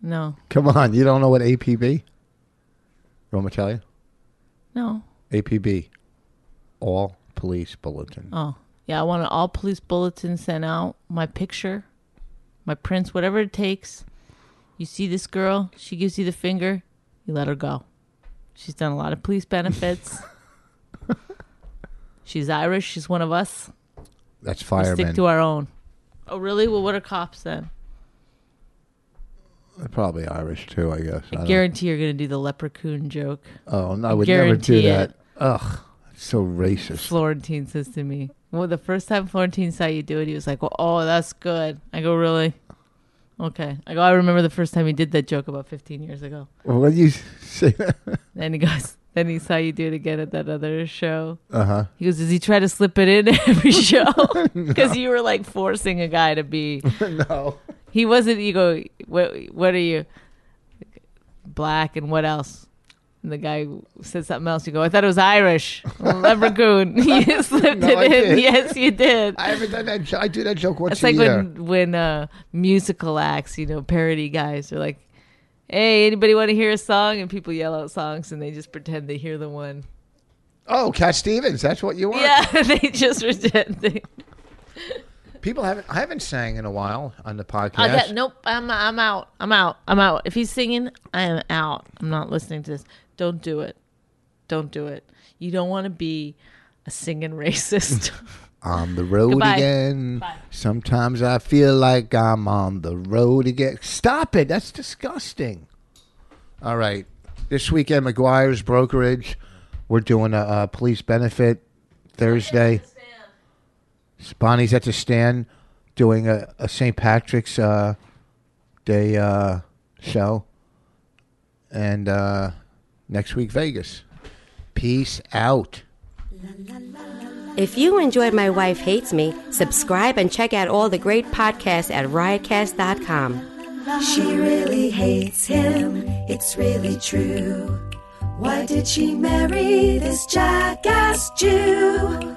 Speaker 2: no,
Speaker 1: Come on, you don't know what APB? You want me to tell you?
Speaker 2: no.
Speaker 1: APB, All Police Bulletin.
Speaker 2: Oh, yeah. I want an all police bulletin sent out. My picture, my prints, whatever it takes. You see this girl, she gives you the finger, you let her go. She's done a lot of
Speaker 1: *laughs*
Speaker 2: police benefits. she's Irish. She's one of us.
Speaker 1: That's
Speaker 2: We
Speaker 1: firemen.
Speaker 2: stick to our own. Oh, really? Well, what are cops then?
Speaker 1: They're Probably Irish too, I guess. I
Speaker 2: I
Speaker 1: don't-
Speaker 2: guarantee you're going to do the leprechaun joke.
Speaker 1: oh, no, I would never do
Speaker 2: guarantee
Speaker 1: that.
Speaker 2: it.
Speaker 1: Ugh, that's so racist.
Speaker 2: Florentine says to me, Well, the first time Florentine saw you do it, he was like, well, Oh, that's good. I go, Really? Okay. I go, I remember the first time he did that joke about 15 years ago.
Speaker 1: What do you *laughs* say?
Speaker 2: Then he goes, *laughs* Then he saw you do it again at that other show.
Speaker 1: Uh huh.
Speaker 2: He goes, Does he try to slip it in every *laughs* show? Because you were like forcing a guy to be.
Speaker 1: no.
Speaker 2: He wasn't, you go, What, what are you? Black and what else? And the guy said something else. You go, I thought it
Speaker 1: *laughs*
Speaker 2: was Irish. Leprechaun. *laughs* you slipped
Speaker 1: No,
Speaker 2: it
Speaker 1: I
Speaker 2: in.
Speaker 1: did.
Speaker 2: Yes, you did.
Speaker 1: I haven't done that. jo- I do that joke once
Speaker 2: It's
Speaker 1: a
Speaker 2: like
Speaker 1: year.
Speaker 2: when when uh, musical acts, you know, parody guys are like, "Hey, anybody want to hear a song?" And people yell out songs, and they just pretend they hear the one.
Speaker 1: Oh, Cat Stevens. That's what you want.
Speaker 2: Yeah, *laughs* they just pretend. They,
Speaker 1: People haven't. I haven't sang in a while on the podcast.
Speaker 2: I got nope. I'm I'm out. I'm out. I'm out. If he's singing, I am out. I'm not listening to this. Don't do it. Don't do it. You don't want to be a singing *laughs* racist.
Speaker 1: on the road
Speaker 2: Goodbye.
Speaker 1: again. Sometimes I feel like I'm on the road again. Stop it. That's disgusting. All right. This weekend, McGuire's Brokerage. We're doing a, uh police benefit Thursday. Bonnie's at the stand doing a, a St. Patrick's uh, Day uh, show. And uh, next week, Vegas. Peace out.
Speaker 5: If you enjoyed My Wife Hates Me, subscribe and check out all the great podcasts at riotcast.com.
Speaker 6: She really hates him, it's really true. Why did she marry this jackass Jew?